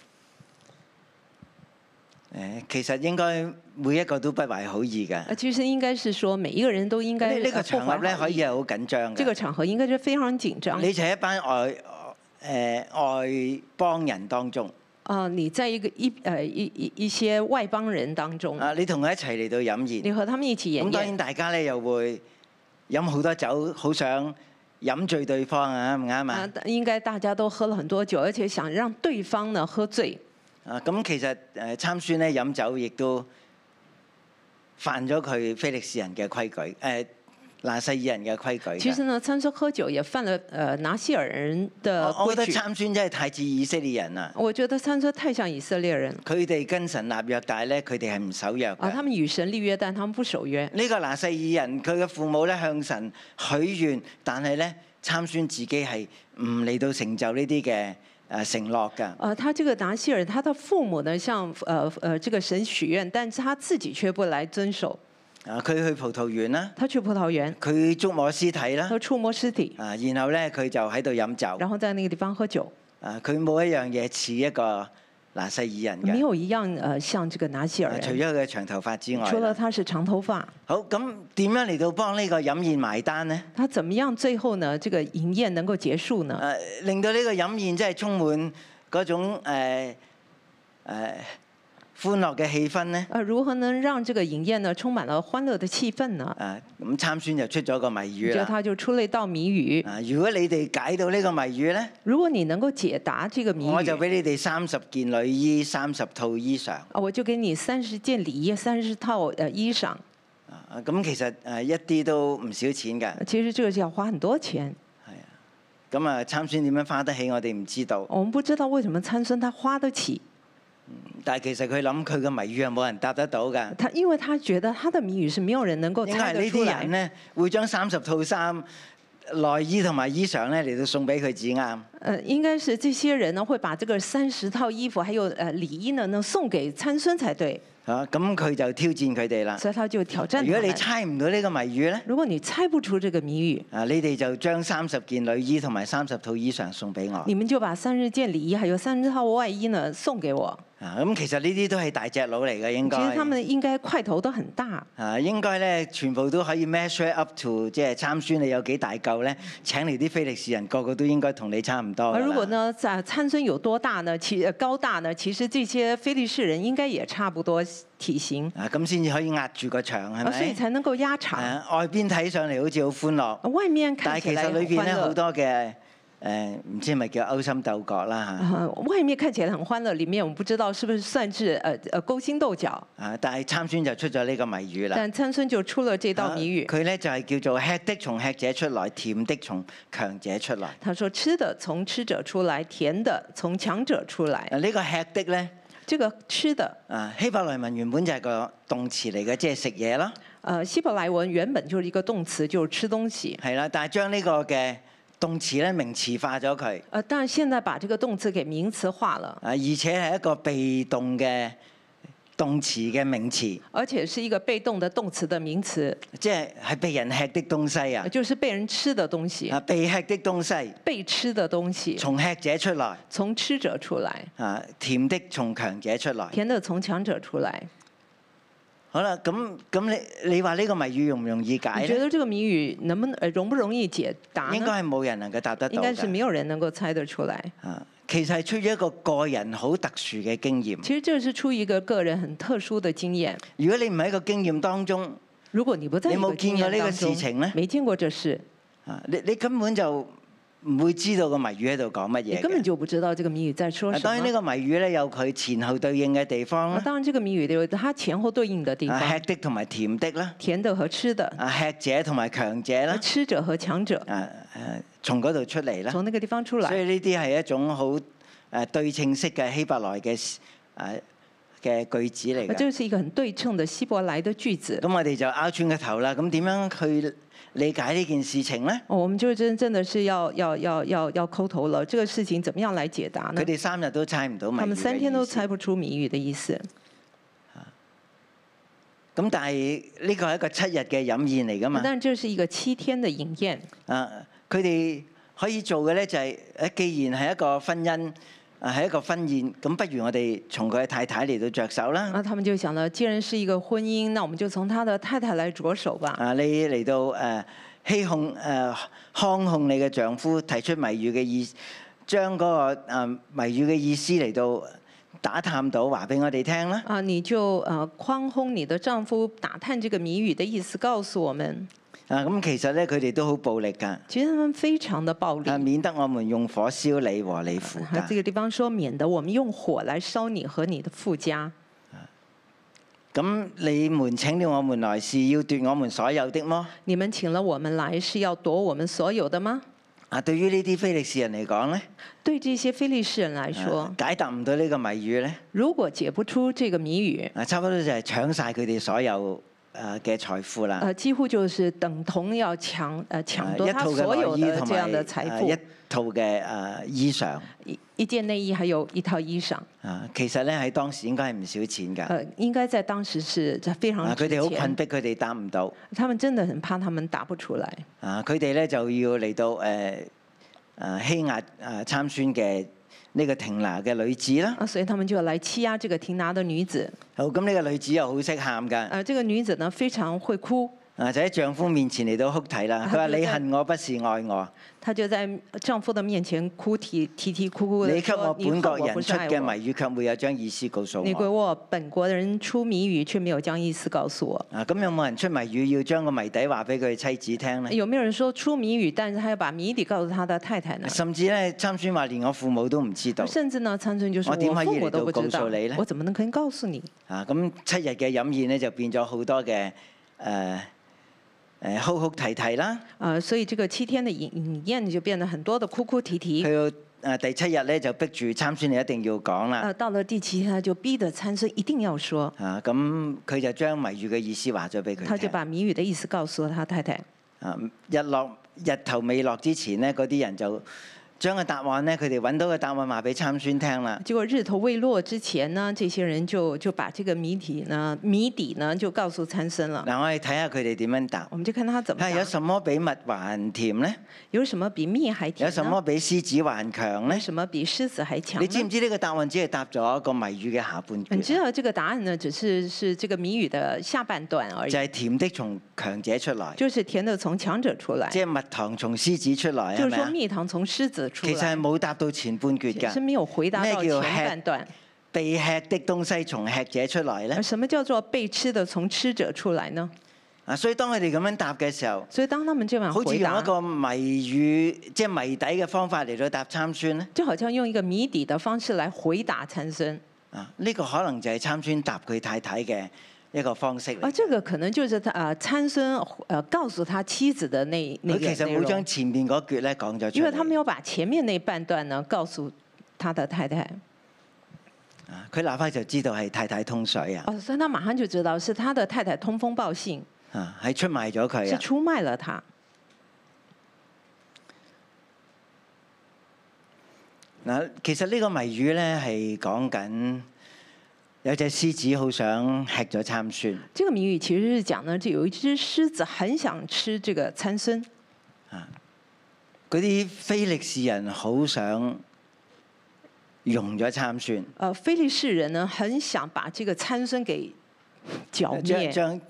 [SPEAKER 2] 誒，其實應該每一個都不懷好意㗎。
[SPEAKER 3] 啊，其实应该是说每一个人都應該
[SPEAKER 2] 呢呢
[SPEAKER 3] 呃
[SPEAKER 2] 個
[SPEAKER 3] 不
[SPEAKER 2] 場
[SPEAKER 3] 怀
[SPEAKER 2] 合咧
[SPEAKER 3] 好啊
[SPEAKER 2] 可
[SPEAKER 3] 意
[SPEAKER 2] 以係好緊張
[SPEAKER 3] 这
[SPEAKER 2] 嘅
[SPEAKER 3] 个。场合应该是非常紧张。
[SPEAKER 2] 你就係一班外誒、外邦人當中
[SPEAKER 3] 啊，你在一个一呃一一一些外邦人当中，
[SPEAKER 2] 啊，你同佢一齊嚟到飲
[SPEAKER 3] 你
[SPEAKER 2] 宴，
[SPEAKER 3] 和他们一起
[SPEAKER 2] 咁
[SPEAKER 3] 演
[SPEAKER 2] 當
[SPEAKER 3] 宴
[SPEAKER 2] 然。大家咧又會飲好多酒，好想飲醉對方啊，啱唔啱
[SPEAKER 3] 啊
[SPEAKER 2] 啊？，
[SPEAKER 3] 应该大家都喝了很多酒，而且想让对方呢喝醉。
[SPEAKER 2] 啊，咁其實誒參孫咧飲酒亦都犯咗佢非利士人嘅規矩，誒、呃拿細爾人嘅規矩
[SPEAKER 3] 其實
[SPEAKER 2] 㗎。
[SPEAKER 3] 呢，参孙喝酒也犯了呃拿西尔人哦的
[SPEAKER 2] 我
[SPEAKER 3] 规
[SPEAKER 2] 我覺得
[SPEAKER 3] 矩。
[SPEAKER 2] 參孫真係太似以色列人啦，
[SPEAKER 3] 我覺得参孙太像以色列人了
[SPEAKER 2] 佢哋跟神立約，但係咧佢哋係唔守約
[SPEAKER 3] 啊，
[SPEAKER 2] 嘅
[SPEAKER 3] 他。们与神立约，但他们不守约。
[SPEAKER 2] 呢個拿細爾人佢嘅父母咧向神許願，但係咧參孫自己係唔嚟到成就呢啲嘅誒承諾㗎。
[SPEAKER 3] 呃，他这个达西尔，他的父母呢向呃呃这个神许愿，但是他自己却不来遵守，
[SPEAKER 2] 啊，佢去葡萄園啦，
[SPEAKER 3] 他去葡萄园，
[SPEAKER 2] 佢觸摸屍體啦，
[SPEAKER 3] 他触摸尸体，
[SPEAKER 2] 啊，然後咧佢就喺度飲酒。
[SPEAKER 3] 然后在那个地方喝酒，
[SPEAKER 2] 啊，佢冇一樣嘢似一個拿細爾人
[SPEAKER 3] 没
[SPEAKER 2] 嘅，
[SPEAKER 3] 有一樣呃像这个拿西尔
[SPEAKER 2] 啊除
[SPEAKER 3] 人，
[SPEAKER 2] 咗佢嘅長頭髮之外
[SPEAKER 3] 除了
[SPEAKER 2] 啦。
[SPEAKER 3] 他是長頭髮，
[SPEAKER 2] 好，咁點樣嚟到幫呢個飲宴埋單呢？
[SPEAKER 3] 他怎麼樣最後呢这個營業能夠結束呢？
[SPEAKER 2] 誒，啊令到呢個飲宴真係充滿嗰種誒誒、呃呃、歡樂嘅氣氛呢。
[SPEAKER 3] 呃，如何能讓這個營業呢充滿了歡樂的氣氛呢？
[SPEAKER 2] 啊，咁參孫就出咗個謎語
[SPEAKER 3] 就
[SPEAKER 2] 啦。
[SPEAKER 3] 他就出了一道謎語，
[SPEAKER 2] 啊，如果你哋解到呢個謎語呢，
[SPEAKER 3] 如果你能夠解答這個
[SPEAKER 2] 我
[SPEAKER 3] 謎
[SPEAKER 2] 就
[SPEAKER 3] 語，
[SPEAKER 2] 俾你哋三十件女衣、三十套衣裳。
[SPEAKER 3] 啊，我就給你三十件禮衣、三十套呃衣裳。
[SPEAKER 2] 啊，咁其實誒一啲都唔少錢㗎。
[SPEAKER 3] 呃其實這個是要花很多錢，
[SPEAKER 2] 咁啊，參孫點樣花得起我哋唔知道，
[SPEAKER 3] 我們不知道為什麼參孫他花得起，
[SPEAKER 2] 但係其實佢諗佢嘅謎語係冇人答得到㗎。
[SPEAKER 3] 他因為他覺得他的謎語是沒有人能夠
[SPEAKER 2] 應該
[SPEAKER 3] 哦猜
[SPEAKER 2] 係呢
[SPEAKER 3] 得出
[SPEAKER 2] 啲人
[SPEAKER 3] 來。
[SPEAKER 2] 呢，會將三十套衫、內衣同埋衣裳呢嚟到送俾佢至啱。
[SPEAKER 3] 呃，應該是這些人呢會把這個三十套衣服還有呃禮衣呢，能送給參孫才對，
[SPEAKER 2] 啊，咁佢就挑戰佢哋啦。
[SPEAKER 3] 所以他就挑戰
[SPEAKER 2] 如果
[SPEAKER 3] 他
[SPEAKER 2] 啊你
[SPEAKER 3] 們。
[SPEAKER 2] 猜唔到呢個謎語呢，
[SPEAKER 3] 如果你猜不出這個謎語，
[SPEAKER 2] 啊，你哋就將三十件女衣同埋三十套衣裳送俾我。
[SPEAKER 3] 你們就把三十件禮衣還有三十套外衣呢送給我。
[SPEAKER 2] 啊，咁其實呢啲都係大隻佬嚟嘅，應
[SPEAKER 3] 其
[SPEAKER 2] 該。
[SPEAKER 3] 實他們應該塊頭都很大，
[SPEAKER 2] 啊，應該咧，全部都可以 measure up to，即係參孫你有幾大嚿咧？請嚟啲非利士人，個個都應該同你差唔多㗎
[SPEAKER 3] 而
[SPEAKER 2] 啦。
[SPEAKER 3] 如果呢，在參孫有多大呢？其呃高大呢？其實這些非利士人應該也差不多體型，
[SPEAKER 2] 啊，咁先至可以壓住個場，係
[SPEAKER 3] 啊，所以
[SPEAKER 2] 咪？
[SPEAKER 3] 才能夠壓場。
[SPEAKER 2] 啊，外邊睇上嚟好似好歡樂，
[SPEAKER 3] 外面
[SPEAKER 2] 但
[SPEAKER 3] 看
[SPEAKER 2] 係
[SPEAKER 3] 起
[SPEAKER 2] 其
[SPEAKER 3] 來
[SPEAKER 2] 實
[SPEAKER 3] 很
[SPEAKER 2] 裏邊
[SPEAKER 3] 歡
[SPEAKER 2] 咧好
[SPEAKER 3] 樂，
[SPEAKER 2] 多嘅誒，唔知係咪叫勾心鬥角啦
[SPEAKER 3] 啊，外面看起來很歡樂，裡面我們不知道是不是算是呃呃勾心鬥角。
[SPEAKER 2] 嚇。啊，但係參孫就出咗呢個謎語啦。
[SPEAKER 3] 但參孫就出了這道
[SPEAKER 2] 啊
[SPEAKER 3] 謎語，
[SPEAKER 2] 佢咧就係叫做吃的從吃者出來，甜的從強者出來。
[SPEAKER 3] 他說：“吃的從吃者出來，甜的從強者出來。
[SPEAKER 2] 啊，呢個吃的咧。
[SPEAKER 3] 這個吃的，
[SPEAKER 2] 啊，希伯來文原本就係個動詞嚟嘅，即係食嘢啦，
[SPEAKER 3] 呃，希伯來文原本就是一個動詞，就是吃東西。
[SPEAKER 2] 係啦。但係將呢個嘅動詞咧名詞化咗佢，
[SPEAKER 3] 呃，但是現在把這個動詞給名詞化了，
[SPEAKER 2] 啊，而且係一個被動嘅動詞嘅名詞，
[SPEAKER 3] 而且是一個被動的動詞的名詞，
[SPEAKER 2] 即係係被人吃的東西啊
[SPEAKER 3] 呃，就是被人吃的東西，
[SPEAKER 2] 啊，被吃的東西
[SPEAKER 3] 被吃的東西
[SPEAKER 2] 從吃者出來，
[SPEAKER 3] 從吃者出來，
[SPEAKER 2] 啊，甜的從強者出來。
[SPEAKER 3] 甜的從強者出來。
[SPEAKER 2] 好啦，咁咁你你話呢個謎語容唔容易解
[SPEAKER 3] 你覺
[SPEAKER 2] 咧？
[SPEAKER 3] 得這個謎語能不能呃容不容易解答
[SPEAKER 2] 應
[SPEAKER 3] 呢？
[SPEAKER 2] 該係冇人能夠答得
[SPEAKER 3] 應
[SPEAKER 2] 到
[SPEAKER 3] 該是沒
[SPEAKER 2] 嘅。
[SPEAKER 3] 有人能夠猜得出來。
[SPEAKER 2] 啊，其實係出於一個個人好特殊嘅經驗。
[SPEAKER 3] 其實這是出於一個個人很特殊的經驗。
[SPEAKER 2] 如果你唔喺個經驗當中，
[SPEAKER 3] 如果你不在
[SPEAKER 2] 你
[SPEAKER 3] 一
[SPEAKER 2] 有冇
[SPEAKER 3] 个经
[SPEAKER 2] 見過
[SPEAKER 3] 验
[SPEAKER 2] 呢個
[SPEAKER 3] 当中
[SPEAKER 2] 事情呢
[SPEAKER 3] 没见过这事，
[SPEAKER 2] 啊，你你根本就唔會知道個謎語喺度講乜
[SPEAKER 3] 你
[SPEAKER 2] 嘢
[SPEAKER 3] 根本
[SPEAKER 2] 嘅。
[SPEAKER 3] 就不知道这个谜语在说
[SPEAKER 2] 啊
[SPEAKER 3] 什
[SPEAKER 2] 當然呢
[SPEAKER 3] 么。
[SPEAKER 2] 個謎語咧有佢前後對應嘅地方
[SPEAKER 3] 那
[SPEAKER 2] 啦，
[SPEAKER 3] 当然，这个谜语有它前后对应的地
[SPEAKER 2] 啊
[SPEAKER 3] 方，
[SPEAKER 2] 吃的同埋甜的啦，
[SPEAKER 3] 甜的和吃的，
[SPEAKER 2] 啊吃者同埋強者啦，
[SPEAKER 3] 吃者和强者，
[SPEAKER 2] 啊誒從嗰度出嚟啦。
[SPEAKER 3] 从那个地方出
[SPEAKER 2] 所
[SPEAKER 3] 来。
[SPEAKER 2] 以呢啲係一種好誒對稱式嘅希伯來嘅誒嘅句子嚟嘅。
[SPEAKER 3] 那这是一个很对称的希伯来的句子。
[SPEAKER 2] 咁我哋就拗穿個頭啦。咁點樣去理解呢件事情呢？
[SPEAKER 3] 哦，我们就真正的是要要要要要抠头了，这个事情怎么样来解答呢
[SPEAKER 2] 佢？哋三日都猜唔到謎語嘅
[SPEAKER 3] 他们嗯三天都
[SPEAKER 2] 意思
[SPEAKER 3] 猜不出谜语的意思。
[SPEAKER 2] 咁但係呢個係一個七日嘅飲宴嚟噶嘛？
[SPEAKER 3] 但这是一个七天的饮宴，
[SPEAKER 2] 啊，佢哋可以做嘅咧就係、誒，既然係一個婚姻，啊係一個婚宴，咁不如我哋從佢嘅太太嚟到着手啦。
[SPEAKER 3] 那啊他们就想了，既然是一个婚姻，那我们就从他的太太来着手吧。
[SPEAKER 2] 啊，你嚟到誒、呃欺控誒、呃康控你嘅丈夫，提出謎語嘅意，將嗰、個誒、呃、謎語嘅意思嚟到打探到，話俾我哋聽啦。
[SPEAKER 3] 啊，你就呃宽轰你的丈夫，打探这个谜语的意思，告诉我们。
[SPEAKER 2] 啊，咁其實咧佢哋都好暴力㗎，
[SPEAKER 3] 其实他们非常的暴力。
[SPEAKER 2] 啊免得我們用火燒你和你父
[SPEAKER 3] 啊
[SPEAKER 2] 家
[SPEAKER 3] 这。个地方说，免得我们用火来烧你和你的附加。
[SPEAKER 2] 咁你們請了我們來是要奪我們所有的麼？
[SPEAKER 3] 你们请了我们来，是要夺我们所有的吗？
[SPEAKER 2] 啊，對於呢啲非利士人嚟講咧，
[SPEAKER 3] 对这些非利士人来说
[SPEAKER 2] 啊，解答唔到呢個謎語咧，
[SPEAKER 3] 如果解不出这个谜语，
[SPEAKER 2] 啊，差不多就係搶晒佢哋所有誒嘅財富啦。
[SPEAKER 3] 呃，几乎就是等同要抢呃抢
[SPEAKER 2] 啊
[SPEAKER 3] 夺
[SPEAKER 2] 嗯一
[SPEAKER 3] 他
[SPEAKER 2] 套
[SPEAKER 3] 所
[SPEAKER 2] 嘅
[SPEAKER 3] 有
[SPEAKER 2] 內衣
[SPEAKER 3] 的
[SPEAKER 2] 同
[SPEAKER 3] 这样
[SPEAKER 2] 埋
[SPEAKER 3] 的财
[SPEAKER 2] 啊
[SPEAKER 3] 富
[SPEAKER 2] 一，套嘅誒衣裳
[SPEAKER 3] 一一件内衣还有一套衣裳，
[SPEAKER 2] 啊，其實咧喺當時應該係唔少錢㗎。
[SPEAKER 3] 呃，应该在当时是非
[SPEAKER 2] 啊
[SPEAKER 3] 常！
[SPEAKER 2] 佢
[SPEAKER 3] 值
[SPEAKER 2] 哋好
[SPEAKER 3] 嗯钱
[SPEAKER 2] 困。迫，佢哋答唔到。
[SPEAKER 3] 他们真的很怕他们答不出来，
[SPEAKER 2] 啊，佢哋咧就要嚟到誒誒、啊欺壓誒、啊參孫嘅呢個亭拿嘅女子啦。
[SPEAKER 3] 啊，所以他们就来欺压这个亭拿的女子。
[SPEAKER 2] 好，咁呢個女子又好識喊㗎。
[SPEAKER 3] 呃，这个女子呢非常会哭，
[SPEAKER 2] 啊，就喺丈夫面前嚟到哭啼啦。
[SPEAKER 3] 啊
[SPEAKER 2] 佢話：
[SPEAKER 3] 佢
[SPEAKER 2] 你
[SPEAKER 3] 真係
[SPEAKER 2] 恨我不是愛我，
[SPEAKER 3] 她就在丈夫的面前哭啼啼啼哭哭的
[SPEAKER 2] 你給我本國人出嘅謎語，
[SPEAKER 3] 谜，
[SPEAKER 2] 卻沒有將意思告訴
[SPEAKER 3] 你给
[SPEAKER 2] 我。
[SPEAKER 3] 我本国人出谜语，却没有将意思告诉我。
[SPEAKER 2] 啊，咁有冇人出謎語要將個謎底話俾佢妻子聽呢？
[SPEAKER 3] 有没有人说出谜语，但是他要把谜底告诉他的太太呢？
[SPEAKER 2] 甚至咧，參孫話連我父母都唔知道。
[SPEAKER 3] 甚至呢，参孙就说：
[SPEAKER 2] 我點可以
[SPEAKER 3] 父母
[SPEAKER 2] 嚟到
[SPEAKER 3] 都不知道
[SPEAKER 2] 告訴你呢，
[SPEAKER 3] 我怎么能可以告诉你？
[SPEAKER 2] 啊，咁七日嘅飲宴咧就變咗好多嘅誒誒哭哭啼啼啦。
[SPEAKER 3] 呃，所以这个七天的饮饮宴就变得很多的哭哭啼啼。
[SPEAKER 2] 去到呃誒第七日咧就逼住參孫你一定要講啦。
[SPEAKER 3] 呃，到了第七天，他就逼得参孙一定要说，
[SPEAKER 2] 啊，咁佢就將謎語嘅意思話咗俾
[SPEAKER 3] 他
[SPEAKER 2] 佢
[SPEAKER 3] 就
[SPEAKER 2] 聽。
[SPEAKER 3] 把谜语的意思告诉了他太太。
[SPEAKER 2] 啊，日落日頭未落之前咧，嗰啲人就將個答案咧，佢哋揾到個答案話俾參孫聽啦。
[SPEAKER 3] 结果日头未落之前呢，这些人就就把这个谜底呢，谜底呢就告诉参孙了。
[SPEAKER 2] 嗱，我哋睇下佢哋嗯點樣答。
[SPEAKER 3] 我们就看他怎
[SPEAKER 2] 睇
[SPEAKER 3] 么答
[SPEAKER 2] 下有什麼比蜜還甜呢？
[SPEAKER 3] 有什么比蜜还甜
[SPEAKER 2] 有
[SPEAKER 3] 呢？
[SPEAKER 2] 什麼比獅子還強呢
[SPEAKER 3] 有？什么比狮子还强
[SPEAKER 2] 你知
[SPEAKER 3] 呢
[SPEAKER 2] 唔？知呢個答案只係答咗一個謎語嘅下半啊
[SPEAKER 3] 你知啊
[SPEAKER 2] 段，
[SPEAKER 3] 道这个答案呢，只是是这个谜语的下半段而已
[SPEAKER 2] 就，係甜的從強者出來，
[SPEAKER 3] 就是甜的从强者出来，
[SPEAKER 2] 即係蜜糖從獅子出來，係
[SPEAKER 3] 就是
[SPEAKER 2] 咪
[SPEAKER 3] 说
[SPEAKER 2] 啊？
[SPEAKER 3] 蜜糖从狮子出
[SPEAKER 2] 其實係
[SPEAKER 3] 来，
[SPEAKER 2] 冇答到前半段
[SPEAKER 3] 是
[SPEAKER 2] 㗎。
[SPEAKER 3] 没有回答
[SPEAKER 2] 咩
[SPEAKER 3] 到
[SPEAKER 2] 叫
[SPEAKER 3] 前
[SPEAKER 2] 吃
[SPEAKER 3] 半段。
[SPEAKER 2] 被吃的東西從吃者出來呢
[SPEAKER 3] 而。什么叫做被吃的从吃者出来呢？
[SPEAKER 2] 啊，所以當佢哋咁樣答嘅時候，
[SPEAKER 3] 所以当他们这晚
[SPEAKER 2] 好似
[SPEAKER 3] 啊回
[SPEAKER 2] 用一
[SPEAKER 3] 答，
[SPEAKER 2] 個謎語，即係謎底嘅方法嚟到答參孫呢。
[SPEAKER 3] 就好像用一个谜底的方式来回答参孙。
[SPEAKER 2] 啊，呢、個可能就係參孫答佢太太嘅一個方式
[SPEAKER 3] 啊，
[SPEAKER 2] 嚟。
[SPEAKER 3] 这个可能就是他啊，参孙呃告诉他妻子的那那
[SPEAKER 2] 佢
[SPEAKER 3] 个
[SPEAKER 2] 其實
[SPEAKER 3] 内
[SPEAKER 2] 冇
[SPEAKER 3] 容
[SPEAKER 2] 將前面嗰橛咧講咗出
[SPEAKER 3] 因为他
[SPEAKER 2] 嚟
[SPEAKER 3] 没。有把前面那半段呢告诉他的太太，
[SPEAKER 2] 啊佢立刻就知道係太太通水啊！
[SPEAKER 3] 哦，所以他马上就知道是他的太太通风报信，
[SPEAKER 2] 啊，係出賣咗佢
[SPEAKER 3] 哦是
[SPEAKER 2] 啊！
[SPEAKER 3] 出卖了他。
[SPEAKER 2] 嗱，其實呢個謎語咧係講緊有隻獅子好想吃咗參孫
[SPEAKER 3] 这个谜语其实是讲呢，就有一只狮子很想吃这个参孙，
[SPEAKER 2] 嗰啲非利士人好想用咗參孫，
[SPEAKER 3] 呃，非利士人呢很想把这个参孙给剿
[SPEAKER 2] 將
[SPEAKER 3] 灭，
[SPEAKER 2] 將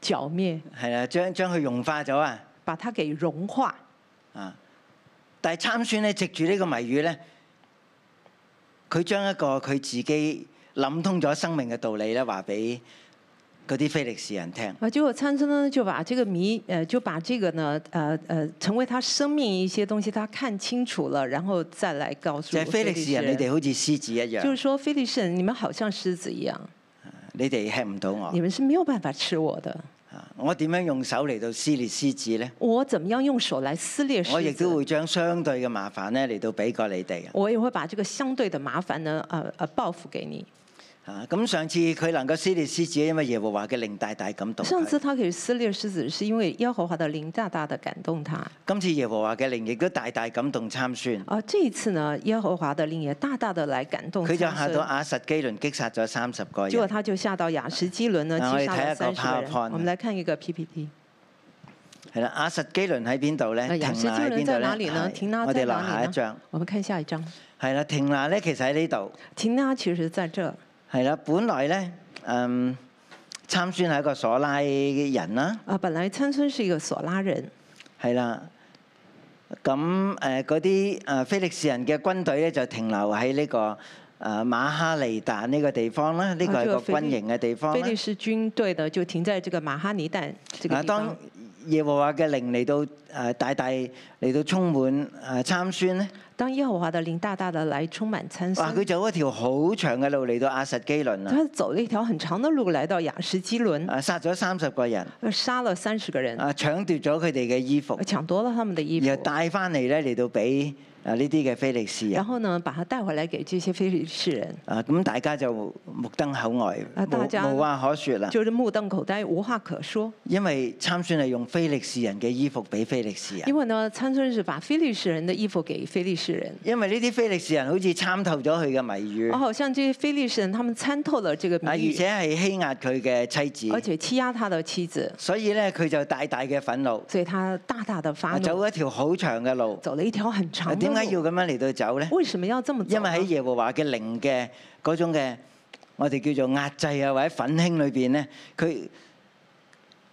[SPEAKER 3] 剿灭，
[SPEAKER 2] 係啦，將將佢融化咗啊！
[SPEAKER 3] 把它给融化。
[SPEAKER 2] 啊！但係參孫咧，藉住呢個謎語咧，佢將一個佢自己諗通咗生命嘅道理咧，話俾嗰啲非利士人聽。
[SPEAKER 3] 啊，结果参孙呢就把这个谜，呃，就把这个呢，呃呃，成为他生命一些东西，他看清楚了，然后再来告诉
[SPEAKER 2] 就係非利士人，你哋好似獅子一
[SPEAKER 3] 就
[SPEAKER 2] 樣，
[SPEAKER 3] 是说非利士人，你们好像狮子一样，
[SPEAKER 2] 你哋吃唔到
[SPEAKER 3] 你
[SPEAKER 2] 我。
[SPEAKER 3] 们是没有办法吃我的。
[SPEAKER 2] 啊我點樣用手嚟到撕裂獅子呢？
[SPEAKER 3] 我怎么样用手来撕裂狮
[SPEAKER 2] 哦
[SPEAKER 3] 子？
[SPEAKER 2] 我亦都會將相對嘅麻煩咧嚟到俾過你哋。啊
[SPEAKER 3] 我也會把这个相对的麻烦呢，呃呃，报复给你。
[SPEAKER 2] 啊，咁上次佢能夠撕裂獅子，因為耶和華嘅靈大大感動
[SPEAKER 3] 上次
[SPEAKER 2] 佢。
[SPEAKER 3] 他可以撕裂狮子，是因为耶和华的灵大大的感动他。
[SPEAKER 2] 今次耶和華嘅靈亦都大大感動參孫，
[SPEAKER 3] 啊，这一次呢，耶和华的灵也大大的来感动
[SPEAKER 2] 佢就
[SPEAKER 3] 参
[SPEAKER 2] 嚇
[SPEAKER 3] 孙
[SPEAKER 2] 到亞實基倫擊殺咗三十個
[SPEAKER 3] 结果
[SPEAKER 2] 人。
[SPEAKER 3] 他就下到雅什基伦呢，
[SPEAKER 2] 啊
[SPEAKER 3] 击杀了
[SPEAKER 2] 我哋睇
[SPEAKER 3] 三
[SPEAKER 2] 一個
[SPEAKER 3] 十个人。
[SPEAKER 2] PowerPoint
[SPEAKER 3] 我们来看一个 PPT。
[SPEAKER 2] 係啦，亞實基倫喺邊度咧？
[SPEAKER 3] 那雅
[SPEAKER 2] 停
[SPEAKER 3] 什
[SPEAKER 2] 拿
[SPEAKER 3] 基
[SPEAKER 2] 哎啊喺
[SPEAKER 3] 伦在哪
[SPEAKER 2] 邊
[SPEAKER 3] 里
[SPEAKER 2] 度
[SPEAKER 3] 呢？
[SPEAKER 2] 咧？
[SPEAKER 3] 停
[SPEAKER 2] 係
[SPEAKER 3] 拿
[SPEAKER 2] 我
[SPEAKER 3] 在
[SPEAKER 2] 哋
[SPEAKER 3] 哪
[SPEAKER 2] 落
[SPEAKER 3] 里
[SPEAKER 2] 下一
[SPEAKER 3] 呢？
[SPEAKER 2] 張。
[SPEAKER 3] 我们看下一张。
[SPEAKER 2] 係啦，停拿咧其實喺呢度。
[SPEAKER 3] 停拿其实在这，
[SPEAKER 2] 係啦，本來咧，嗯，參孫係一個所拉嘅人啦，
[SPEAKER 3] 啊，本来参孙是一个索拉人，
[SPEAKER 2] 係啦。咁誒嗰啲誒菲力士人嘅軍隊咧就停留喺呢、個誒馬哈利但呢個地方啦，呢、個
[SPEAKER 3] 啊
[SPEAKER 2] 係
[SPEAKER 3] 這個
[SPEAKER 2] 個軍營嘅地方
[SPEAKER 3] 菲
[SPEAKER 2] 啦
[SPEAKER 3] 利。士軍隊呢就停在这個馬哈尼旦这
[SPEAKER 2] 啊，
[SPEAKER 3] 个地
[SPEAKER 2] 當
[SPEAKER 3] 方。
[SPEAKER 2] 耶和華嘅靈嚟到誒大大嚟到充滿誒參孫咧，
[SPEAKER 3] 当耶和華的靈大大的來充滿參
[SPEAKER 2] 哇！佢
[SPEAKER 3] 孫，
[SPEAKER 2] 走一條好長嘅路嚟到亞實基倫啊，
[SPEAKER 3] 他走了一條很長的路來到雅什基倫，
[SPEAKER 2] 啊殺咗三十個人，
[SPEAKER 3] 呃殺了三十個人，
[SPEAKER 2] 啊搶奪咗佢哋嘅衣服，
[SPEAKER 3] 搶奪了他們的衣
[SPEAKER 2] 然後
[SPEAKER 3] 服，
[SPEAKER 2] 帶翻嚟咧嚟到俾啊呢啲嘅菲利士人
[SPEAKER 3] 然。後呢把他帶回來給這些非利士人，
[SPEAKER 2] 啊，咁大家就目瞪口呆，
[SPEAKER 3] 啊大家
[SPEAKER 2] 無無話可説啦。
[SPEAKER 3] 就是目瞪口呆，無話可說。
[SPEAKER 2] 因為參孫係用非利士人嘅衣服俾非利士啊人
[SPEAKER 3] 因，為呢參孫是把非利士人的衣服給非利士人，
[SPEAKER 2] 因為呢啲非利士人好似參透咗佢嘅謎語，
[SPEAKER 3] 哦，
[SPEAKER 2] 啊，
[SPEAKER 3] 好像這些非利士人他們參透了這個
[SPEAKER 2] 而
[SPEAKER 3] 謎
[SPEAKER 2] 且
[SPEAKER 3] 語，
[SPEAKER 2] 係欺壓佢嘅妻子，
[SPEAKER 3] 而且欺壓他的妻子，
[SPEAKER 2] 所以咧佢就大大嘅憤怒，
[SPEAKER 3] 所以他大大的發
[SPEAKER 2] 啊
[SPEAKER 3] 怒，
[SPEAKER 2] 走一條好長嘅路。
[SPEAKER 3] 走了一條很
[SPEAKER 2] 啊
[SPEAKER 3] 長的
[SPEAKER 2] 點解要
[SPEAKER 3] 路。
[SPEAKER 2] 咁樣嚟到走咧？
[SPEAKER 3] 為什麼要這麼走
[SPEAKER 2] 因為
[SPEAKER 3] 呢？
[SPEAKER 2] 喺耶和華嘅靈嘅嗰種嘅，我哋叫做壓制啊，或者憤興裏邊咧，佢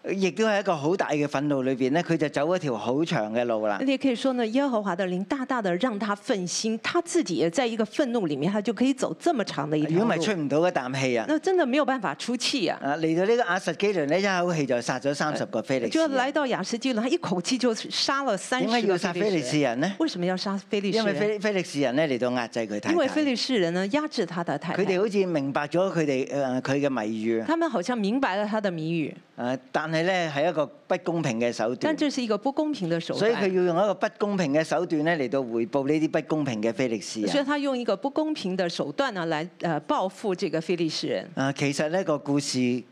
[SPEAKER 2] 亦都係一個好大嘅憤怒裏邊咧，佢就走一條好長嘅路啦。
[SPEAKER 3] 你也可以说呢，耶和华的灵大大的让他愤心，他自己也在一个愤怒里面，他就可以走这么长的一
[SPEAKER 2] 如
[SPEAKER 3] 条
[SPEAKER 2] 果唔係
[SPEAKER 3] 路
[SPEAKER 2] 出。唔到一啖氣啊！
[SPEAKER 3] 那真的没有辦法出氣呀、
[SPEAKER 2] 啊，嚟到呢個亞實基倫呢，一口氣就殺咗三十個菲利士
[SPEAKER 3] 就來
[SPEAKER 2] 人。
[SPEAKER 3] 到雅士基伦，他一口氣就殺了三
[SPEAKER 2] 點解
[SPEAKER 3] 十個
[SPEAKER 2] 要殺
[SPEAKER 3] 非
[SPEAKER 2] 菲
[SPEAKER 3] 利
[SPEAKER 2] 利
[SPEAKER 3] 士
[SPEAKER 2] 士
[SPEAKER 3] 人。
[SPEAKER 2] 人呢？
[SPEAKER 3] 為什麼要殺非利士
[SPEAKER 2] 因為
[SPEAKER 3] 人？
[SPEAKER 2] 菲菲利士人咧嚟到壓制佢
[SPEAKER 3] 因為
[SPEAKER 2] 太
[SPEAKER 3] 非
[SPEAKER 2] 太。
[SPEAKER 3] 利士人呢壓制他的太
[SPEAKER 2] 佢哋
[SPEAKER 3] 太，
[SPEAKER 2] 好似明白咗佢哋誒佢嘅謎語啊
[SPEAKER 3] 他們好像明白了他的謎語，
[SPEAKER 2] 誒，但係咧係一個不公平嘅手
[SPEAKER 3] 但
[SPEAKER 2] 段，
[SPEAKER 3] 這是一個不公平的手
[SPEAKER 2] 所以佢要
[SPEAKER 3] 段，
[SPEAKER 2] 用一個不公平嘅手段咧嚟到回報呢啲不公平嘅菲利士
[SPEAKER 3] 所以
[SPEAKER 2] 人。
[SPEAKER 3] 他用一個不公平的手段呢來呃報復這個非利士人。
[SPEAKER 2] 啊，其實呢個故事誒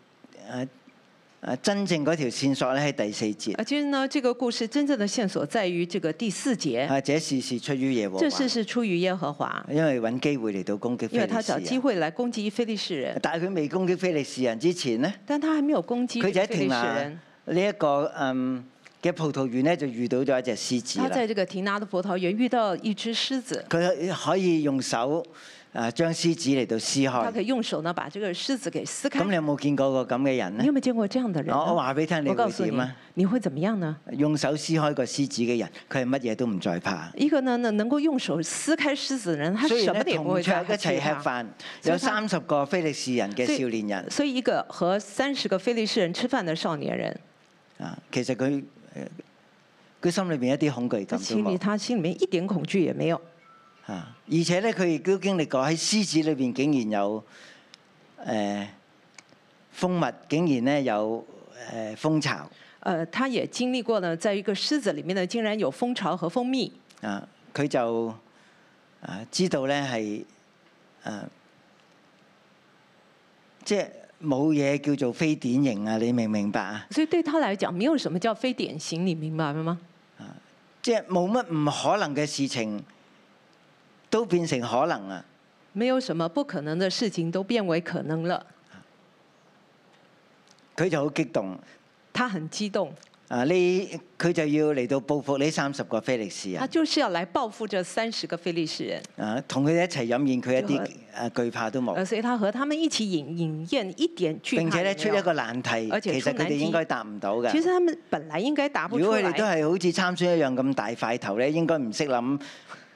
[SPEAKER 2] 誒真正嗰條線索咧喺第四節
[SPEAKER 3] 啊，其實呢，這個故事真正的線索在於這個第四節。
[SPEAKER 2] 啊，這事是出於耶和
[SPEAKER 3] 这事
[SPEAKER 2] 華，
[SPEAKER 3] 是出於耶和華，
[SPEAKER 2] 因為揾機會嚟到攻擊
[SPEAKER 3] 因
[SPEAKER 2] 菲
[SPEAKER 3] 為他
[SPEAKER 2] 哎利士啊
[SPEAKER 3] 找
[SPEAKER 2] 人
[SPEAKER 3] 機。會來攻擊非利士人，
[SPEAKER 2] 但係佢未攻擊非利士人之前呢，
[SPEAKER 3] 但他還沒有攻擊
[SPEAKER 2] 佢就喺
[SPEAKER 3] 非利
[SPEAKER 2] 停
[SPEAKER 3] 士
[SPEAKER 2] 拿
[SPEAKER 3] 人
[SPEAKER 2] 呢。一個嗯嘅葡萄園呢，就遇到咗一隻獅子
[SPEAKER 3] 他在
[SPEAKER 2] 啦。
[SPEAKER 3] 這個提拿的葡萄園遇到一隻獅子，
[SPEAKER 2] 佢可以用手啊將獅子嚟到撕
[SPEAKER 3] 他可
[SPEAKER 2] 開。
[SPEAKER 3] 以用手呢把這個獅子給撕
[SPEAKER 2] 咁你
[SPEAKER 3] 開。
[SPEAKER 2] 有冇見過個咁嘅人呢
[SPEAKER 3] 你有？沒有見過這樣的人
[SPEAKER 2] 我
[SPEAKER 3] 呢？
[SPEAKER 2] 哦我話俾你聽，你
[SPEAKER 3] 我告
[SPEAKER 2] 會
[SPEAKER 3] 訴
[SPEAKER 2] 點
[SPEAKER 3] 你
[SPEAKER 2] 啊？，
[SPEAKER 3] 你會怎麼樣呢？
[SPEAKER 2] 用手撕開個獅子嘅人，佢係乜嘢都唔再怕。
[SPEAKER 3] 一個呢，能能夠用手撕開獅子的人，他
[SPEAKER 2] 雖
[SPEAKER 3] 什
[SPEAKER 2] 然
[SPEAKER 3] 麼
[SPEAKER 2] 咧
[SPEAKER 3] 也不
[SPEAKER 2] 同桌
[SPEAKER 3] 會
[SPEAKER 2] 一
[SPEAKER 3] 怕他
[SPEAKER 2] 齊吃
[SPEAKER 3] 害怕。
[SPEAKER 2] 飯，有
[SPEAKER 3] 所以他
[SPEAKER 2] 三十個非利士人嘅
[SPEAKER 3] 所以
[SPEAKER 2] 少年人
[SPEAKER 3] 所以，一個和三十個非利士人吃飯的少年人，
[SPEAKER 2] 啊，其實佢呃佢心裏邊一啲恐懼
[SPEAKER 3] 他
[SPEAKER 2] 感都
[SPEAKER 3] 心裡
[SPEAKER 2] 冇
[SPEAKER 3] 他心裡面一點恐懼也沒有。
[SPEAKER 2] 啊，而且咧佢亦都經歷過喺獅子裏邊竟然有誒、呃蜂蜜，竟然咧有誒、呃蜂巢
[SPEAKER 3] 呃，他也經歷過呢，在一個獅子裡面呢，竟然有蜂巢和蜂蜜。
[SPEAKER 2] 啊，佢就啊知道咧係誒即係冇嘢叫做非典型啊，你明唔明白啊？
[SPEAKER 3] 所以對他來講，沒有什麼叫非典型，你明白了嗎？
[SPEAKER 2] 即係冇乜唔可能嘅事情都變成可能啊！
[SPEAKER 3] 沒有什麼不可能的事情都變為可能了。
[SPEAKER 2] 佢就好激動
[SPEAKER 3] 他很激動，
[SPEAKER 2] 啊！呢佢就要嚟到報復呢三十個菲利士
[SPEAKER 3] 他
[SPEAKER 2] 人
[SPEAKER 3] 就是要來報復這三十個非利士人。
[SPEAKER 2] 啊！同佢哋一齊飲宴，佢一
[SPEAKER 3] 就
[SPEAKER 2] 啲誒
[SPEAKER 3] 係
[SPEAKER 2] 懼怕都
[SPEAKER 3] 呃，
[SPEAKER 2] 冇。
[SPEAKER 3] 所以他和他們一起飲飲宴，一點懼怕
[SPEAKER 2] 並且
[SPEAKER 3] 也
[SPEAKER 2] 咧
[SPEAKER 3] 沒
[SPEAKER 2] 出
[SPEAKER 3] 有
[SPEAKER 2] 一個難題
[SPEAKER 3] 而，且
[SPEAKER 2] 其
[SPEAKER 3] 出
[SPEAKER 2] 實佢
[SPEAKER 3] 難
[SPEAKER 2] 哋
[SPEAKER 3] 題
[SPEAKER 2] 應該答唔到
[SPEAKER 3] 其實
[SPEAKER 2] 嘅。
[SPEAKER 3] 他們本來應該答不
[SPEAKER 2] 如
[SPEAKER 3] 出
[SPEAKER 2] 果佢哋都
[SPEAKER 3] 來。
[SPEAKER 2] 係好似參孫一樣咁大塊頭咧，應該唔識諗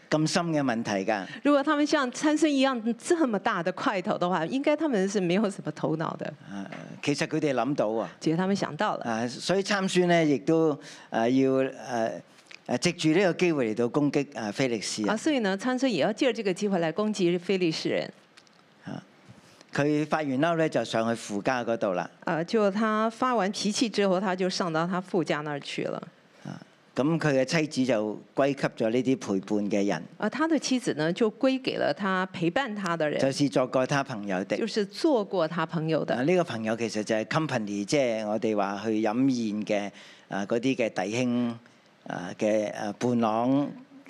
[SPEAKER 2] 咁深嘅問題㗎。
[SPEAKER 3] 如果他们像参孙一样这么大的块头的话，应该他们是没有什么头脑的。
[SPEAKER 2] 啊其實佢哋諗到啊，
[SPEAKER 3] 其实他们想到了，
[SPEAKER 2] 啊，所以參孫呢，亦都啊要誒誒藉住呢個機會嚟到攻擊啊菲力士
[SPEAKER 3] 啊，
[SPEAKER 2] 人。
[SPEAKER 3] 所以呢，参孙也要借这个机会来攻击非利士人。
[SPEAKER 2] 佢發完嬲咧，就上去父家嗰度啦。
[SPEAKER 3] 呃，就他发完脾气之后，他就上到他父家那儿去了。
[SPEAKER 2] 咁佢嘅妻子就歸給咗呢啲陪伴嘅人，
[SPEAKER 3] 而呃他的妻子呢，就归给了他陪伴他的人，
[SPEAKER 2] 就是作過他朋友的。
[SPEAKER 3] 就是做过他朋友
[SPEAKER 2] 啊！
[SPEAKER 3] 的。
[SPEAKER 2] 呢個朋友其實就係 company，即係我哋話去飲宴嘅啊嗰啲嘅弟兄啊嘅啊伴郎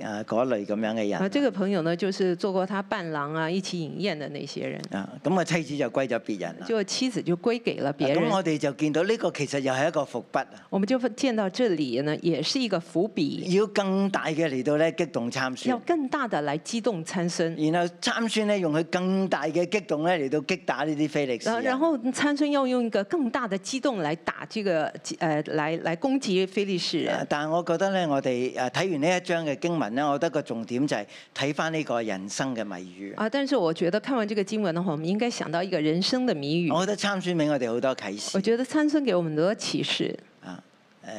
[SPEAKER 2] 啊嗰類咁樣嘅
[SPEAKER 3] 啊，
[SPEAKER 2] 人
[SPEAKER 3] 这个朋友呢，就是做过他伴郎啊，一起饮宴的那些人，
[SPEAKER 2] 啊，咁個妻子就歸咗別人啦。
[SPEAKER 3] 就妻子就归给了别
[SPEAKER 2] 咁
[SPEAKER 3] 人。
[SPEAKER 2] 啊我哋就見到呢個其實又係一個伏筆啊，
[SPEAKER 3] 我們就见到这里呢，也是一个伏笔，
[SPEAKER 2] 要更大嘅嚟到咧激動參
[SPEAKER 3] 要
[SPEAKER 2] 孫，
[SPEAKER 3] 更大的来激动参孙。
[SPEAKER 2] 然後參孫咧用佢更大嘅激動咧嚟到擊打呢啲菲力士
[SPEAKER 3] 然后，
[SPEAKER 2] 人。
[SPEAKER 3] 啊然后参孙要用一个更大的激动来打这个，呃，来来攻击非利士
[SPEAKER 2] 啊
[SPEAKER 3] 人。
[SPEAKER 2] 但係我覺得咧，我哋誒睇完呢一章嘅經文咧，我覺得個重點就係睇翻呢個人生嘅謎語。
[SPEAKER 3] 啊，但是我觉得看完这个经文的话，我们应该想到一个人生的谜语。
[SPEAKER 2] 我覺得參孫俾我哋好多啟示
[SPEAKER 3] 我。觉得参孙给我们很多启示，
[SPEAKER 2] 啊，誒、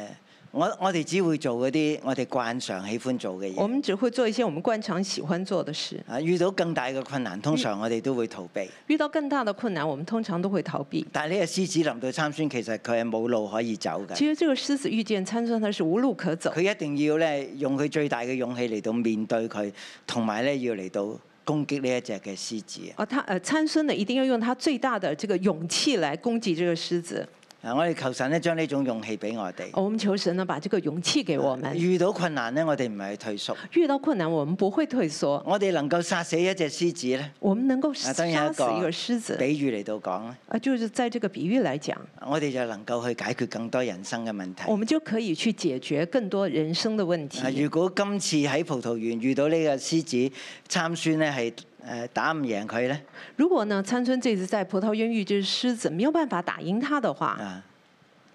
[SPEAKER 2] 我我哋只會做嗰啲我哋慣常喜歡做嘅
[SPEAKER 3] 我
[SPEAKER 2] 嘢。
[SPEAKER 3] 们只会做一些我们惯常喜欢做的事。
[SPEAKER 2] 啊，遇到更大嘅困難，
[SPEAKER 3] 嗯
[SPEAKER 2] 通常我哋都會逃避。
[SPEAKER 3] 遇到更大的困難，我們通常都會逃避。
[SPEAKER 2] 但係呢個獅子臨到參孫，其實佢係冇路可以走
[SPEAKER 3] 其
[SPEAKER 2] 嘅。
[SPEAKER 3] 實這個獅子遇見參孫，他是無路可走，
[SPEAKER 2] 佢一定要咧用佢最大嘅勇氣嚟到面對佢，同埋咧要嚟到攻擊呢一隻嘅獅子。啊
[SPEAKER 3] 而他呃參孫呢，一定要用他最大的這個勇氣來攻擊這個獅子。哦
[SPEAKER 2] 啊，我哋求神咧將呢種勇氣俾我哋。
[SPEAKER 3] 我們求神呢，把這個勇氣給我們。
[SPEAKER 2] 遇到困難咧，我哋唔係去退縮，
[SPEAKER 3] 遇到困難，我們不會退縮，
[SPEAKER 2] 我哋能夠殺死一隻獅子咧。
[SPEAKER 3] 我們能夠
[SPEAKER 2] 啊
[SPEAKER 3] 殺死
[SPEAKER 2] 當然有一個
[SPEAKER 3] 一個獅子。
[SPEAKER 2] 比喻嚟到講咧，
[SPEAKER 3] 啊，就是在這個比喻來講，
[SPEAKER 2] 我哋就能夠去解決更多人生嘅問題。
[SPEAKER 3] 我們就可以去解決更多人生的問
[SPEAKER 2] 啊！
[SPEAKER 3] 題。
[SPEAKER 2] 如果今次喺葡萄園遇到呢個獅子參孫咧，係誒打唔贏佢咧，
[SPEAKER 3] 如果呢，參孫這次在葡萄園遇見獅子，沒有辦法打贏他的話，
[SPEAKER 2] 啊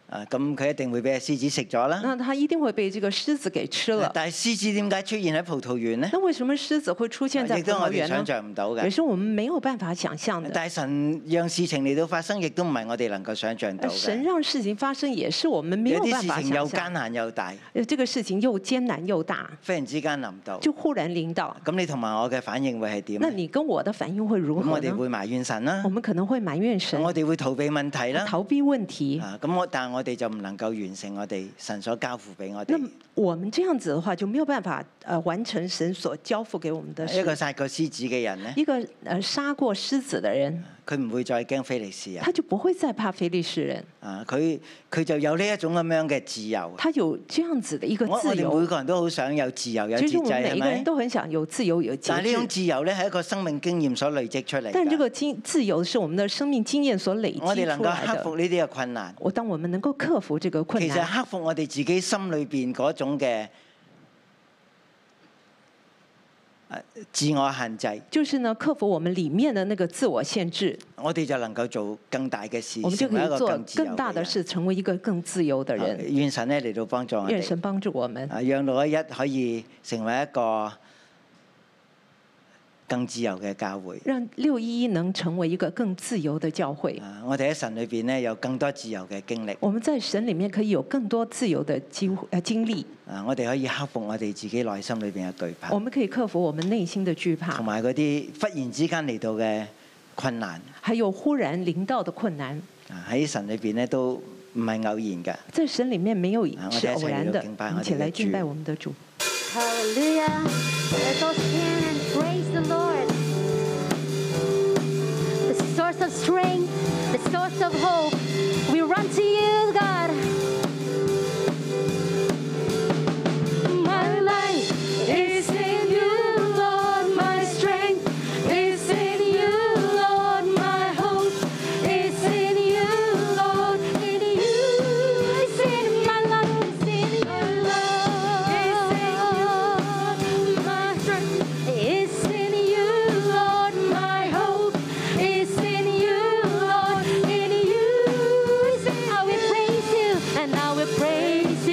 [SPEAKER 2] 啊，咁佢一定會俾隻獅子食咗啦。啊
[SPEAKER 3] 那他一定會被這個獅子給吃了。
[SPEAKER 2] 但係獅子點解出現喺葡萄園咧？
[SPEAKER 3] 那为什么獅子会出现
[SPEAKER 2] 啊
[SPEAKER 3] 在
[SPEAKER 2] 亦
[SPEAKER 3] 葡
[SPEAKER 2] 都我
[SPEAKER 3] 萄
[SPEAKER 2] 哋
[SPEAKER 3] 园
[SPEAKER 2] 想
[SPEAKER 3] 呢？
[SPEAKER 2] 象唔到
[SPEAKER 3] 也
[SPEAKER 2] 嘅。
[SPEAKER 3] 是我们没有办法想象的。啊
[SPEAKER 2] 但係神讓事情嚟到發生，亦都唔係我哋能夠想象到
[SPEAKER 3] 呃神
[SPEAKER 2] 嘅。
[SPEAKER 3] 让事情发生，也是我们没
[SPEAKER 2] 有
[SPEAKER 3] 办
[SPEAKER 2] 啲
[SPEAKER 3] 法
[SPEAKER 2] 事情又
[SPEAKER 3] 想
[SPEAKER 2] 艱
[SPEAKER 3] 象。
[SPEAKER 2] 難又大，
[SPEAKER 3] 呃这个事情又艰难又大，
[SPEAKER 2] 忽然之間臨到，
[SPEAKER 3] 就忽然臨到，
[SPEAKER 2] 咁你同埋我嘅反應會係點
[SPEAKER 3] 那
[SPEAKER 2] 呢？
[SPEAKER 3] 你跟我的反应会如
[SPEAKER 2] 咁
[SPEAKER 3] 何
[SPEAKER 2] 我哋
[SPEAKER 3] 呢？
[SPEAKER 2] 會埋怨神啦
[SPEAKER 3] 我，们可能会埋怨神，
[SPEAKER 2] 我哋會逃避問題啦。
[SPEAKER 3] 逃避问题。
[SPEAKER 2] 啊，咁我但係我哋就唔能夠完成我哋神所交付俾我
[SPEAKER 3] 那
[SPEAKER 2] 哋。
[SPEAKER 3] 我们这样子的话，就没有办法呃完成神所交付给我们的
[SPEAKER 2] 哎一個
[SPEAKER 3] 事。
[SPEAKER 2] 殺過獅子嘅人呢，
[SPEAKER 3] 一个呃杀过狮子的人，
[SPEAKER 2] 佢唔會再驚菲利士人
[SPEAKER 3] 他就不会再怕非利士人，
[SPEAKER 2] 啊！佢佢就有呢一種咁樣嘅自由。
[SPEAKER 3] 他有这样子的一个
[SPEAKER 2] 我我
[SPEAKER 3] 自由
[SPEAKER 2] 哋。每個人都好想有自由有
[SPEAKER 3] 其
[SPEAKER 2] 節
[SPEAKER 3] 实我
[SPEAKER 2] 制，
[SPEAKER 3] 们
[SPEAKER 2] 係
[SPEAKER 3] 每一个
[SPEAKER 2] 咪
[SPEAKER 3] 人？都很想有自由、有节
[SPEAKER 2] 但係呢種
[SPEAKER 3] 制，
[SPEAKER 2] 自由咧，係一個生命經驗所累積出嚟㗎。
[SPEAKER 3] 但这個经自由是我们的生命經驗所累
[SPEAKER 2] 我
[SPEAKER 3] 積
[SPEAKER 2] 哋能
[SPEAKER 3] 出
[SPEAKER 2] 夠
[SPEAKER 3] 來
[SPEAKER 2] 克
[SPEAKER 3] 的。
[SPEAKER 2] 服呢啲嘅困難，
[SPEAKER 3] 我當我們能夠克服這個困
[SPEAKER 2] 其實
[SPEAKER 3] 難，
[SPEAKER 2] 克服我哋自己心裏邊嗰種嘅呃自我限制，
[SPEAKER 3] 就是呢克服我們裡面的那個自我限制，
[SPEAKER 2] 我哋就能夠做更大嘅事，
[SPEAKER 3] 我們就
[SPEAKER 2] 成為
[SPEAKER 3] 可
[SPEAKER 2] 一個
[SPEAKER 3] 以做
[SPEAKER 2] 自由
[SPEAKER 3] 更大的
[SPEAKER 2] 人
[SPEAKER 3] 事，成為一個更自由的
[SPEAKER 2] 啊
[SPEAKER 3] 人。
[SPEAKER 2] 願神咧嚟到幫助我
[SPEAKER 3] 願
[SPEAKER 2] 哋。
[SPEAKER 3] 神幫助我們，
[SPEAKER 2] 啊，讓老一一可以成為一個更自由嘅教會。
[SPEAKER 3] 讓六一一能成為一個更自由的教會。
[SPEAKER 2] 啊，我哋喺神裏邊咧有更多自由嘅經歷。
[SPEAKER 3] 我們在神裡面可以有更多自由的機會呃經歷，
[SPEAKER 2] 啊，我哋可以克服我哋自己內心裏邊嘅懼怕
[SPEAKER 3] 我，們可以克服我們內心的懼
[SPEAKER 2] 同
[SPEAKER 3] 怕，
[SPEAKER 2] 埋嗰啲忽然之間嚟到嘅困難。
[SPEAKER 3] 還有忽然臨到的困難，
[SPEAKER 2] 啊，喺神裏邊咧都唔係偶然嘅。
[SPEAKER 3] 在神裡面沒有
[SPEAKER 2] 啊我
[SPEAKER 3] 是
[SPEAKER 2] 哋一齊
[SPEAKER 3] 偶然
[SPEAKER 2] 嚟到
[SPEAKER 3] 的。
[SPEAKER 2] 敬拜
[SPEAKER 3] 我
[SPEAKER 2] 我
[SPEAKER 3] 們一起
[SPEAKER 2] 哋嘅
[SPEAKER 3] 來敬
[SPEAKER 2] 主
[SPEAKER 3] 拜我們的主。
[SPEAKER 4] Hallelujah. Let us stand and praise the Lord. The source of strength, the source of hope. We run to you, God. My life is in you, Lord. My strength is in you, Lord. My hope is in you, Lord. In you is in my life, is in you, Lord. Is in you, my strength is in you, Lord. My hope is in you, Lord. In you is in I will praise you and I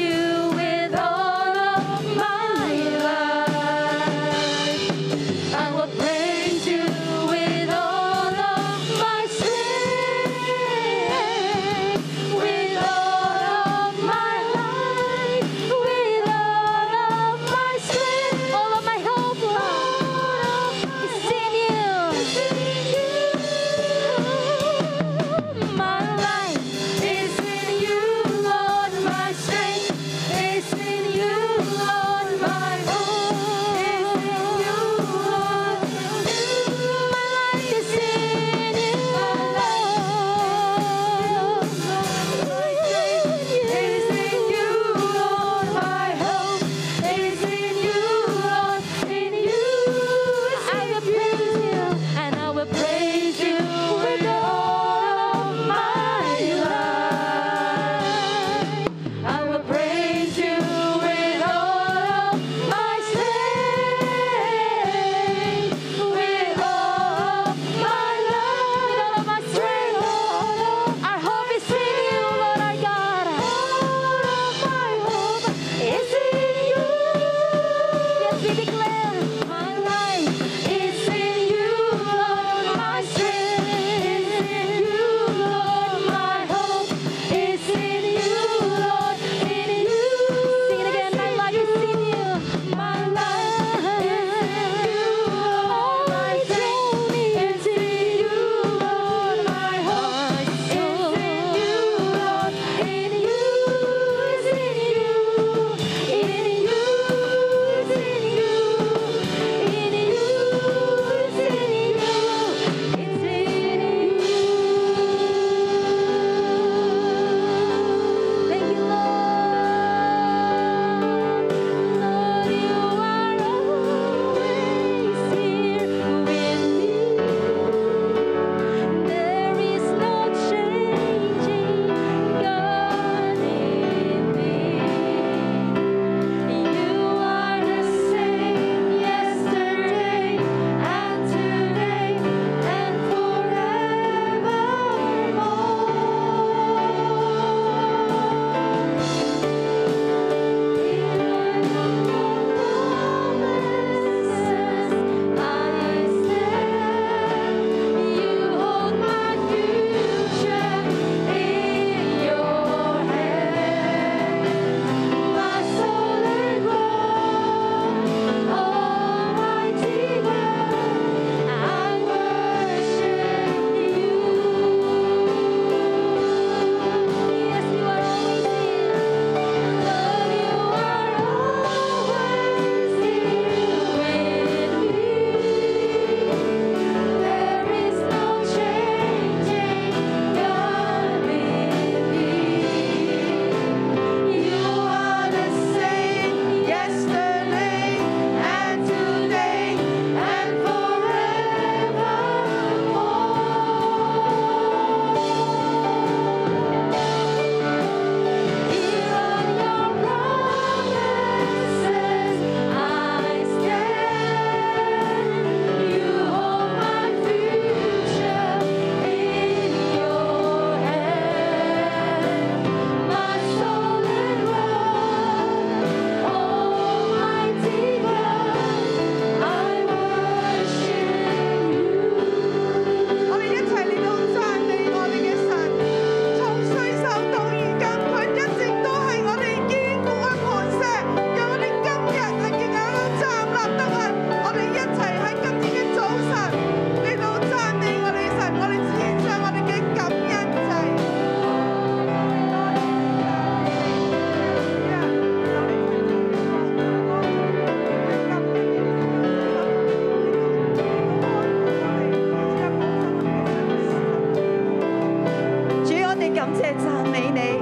[SPEAKER 5] 謝讚美你，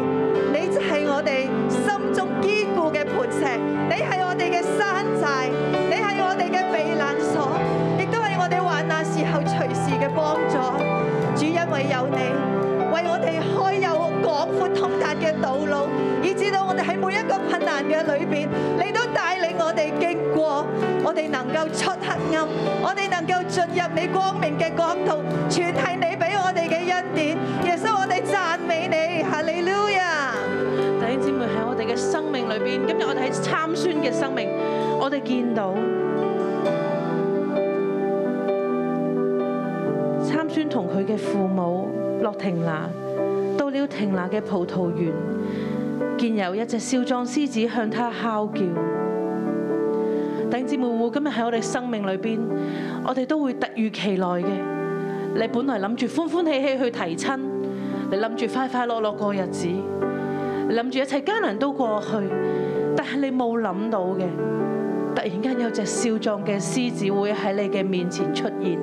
[SPEAKER 5] 你就係我哋心中堅固嘅磐石，你係我哋嘅山寨，你係我哋嘅避難所，亦都係我哋患難時候隨時嘅幫助。主因為有你，為我哋開有廣闊通達嘅道路，以至到我哋喺每一個困難嘅裏邊，你都帶領我哋經過，我哋能夠出黑暗，我哋能夠進入你光明嘅國度，全係你俾我哋嘅恩典。耶穌，我哋讚美你，哈利路亞！
[SPEAKER 6] 弟兄姊妹喺我哋嘅生命裏邊，今日我哋喺參孫嘅生命，我哋見到參孫同佢嘅父母落亭拿，到了亭拿嘅葡萄園，見有一隻少壯獅子向他哮叫。弟兄姊妹，會唔會今日喺我哋生命裏邊，我哋都會突如其來嘅。你本來諗住歡歡喜喜去提親，你諗住快快樂樂過日子。諗住一切艱難都過去，但係你冇諗到嘅，突然間有隻少壯嘅獅子會喺你嘅面前出現，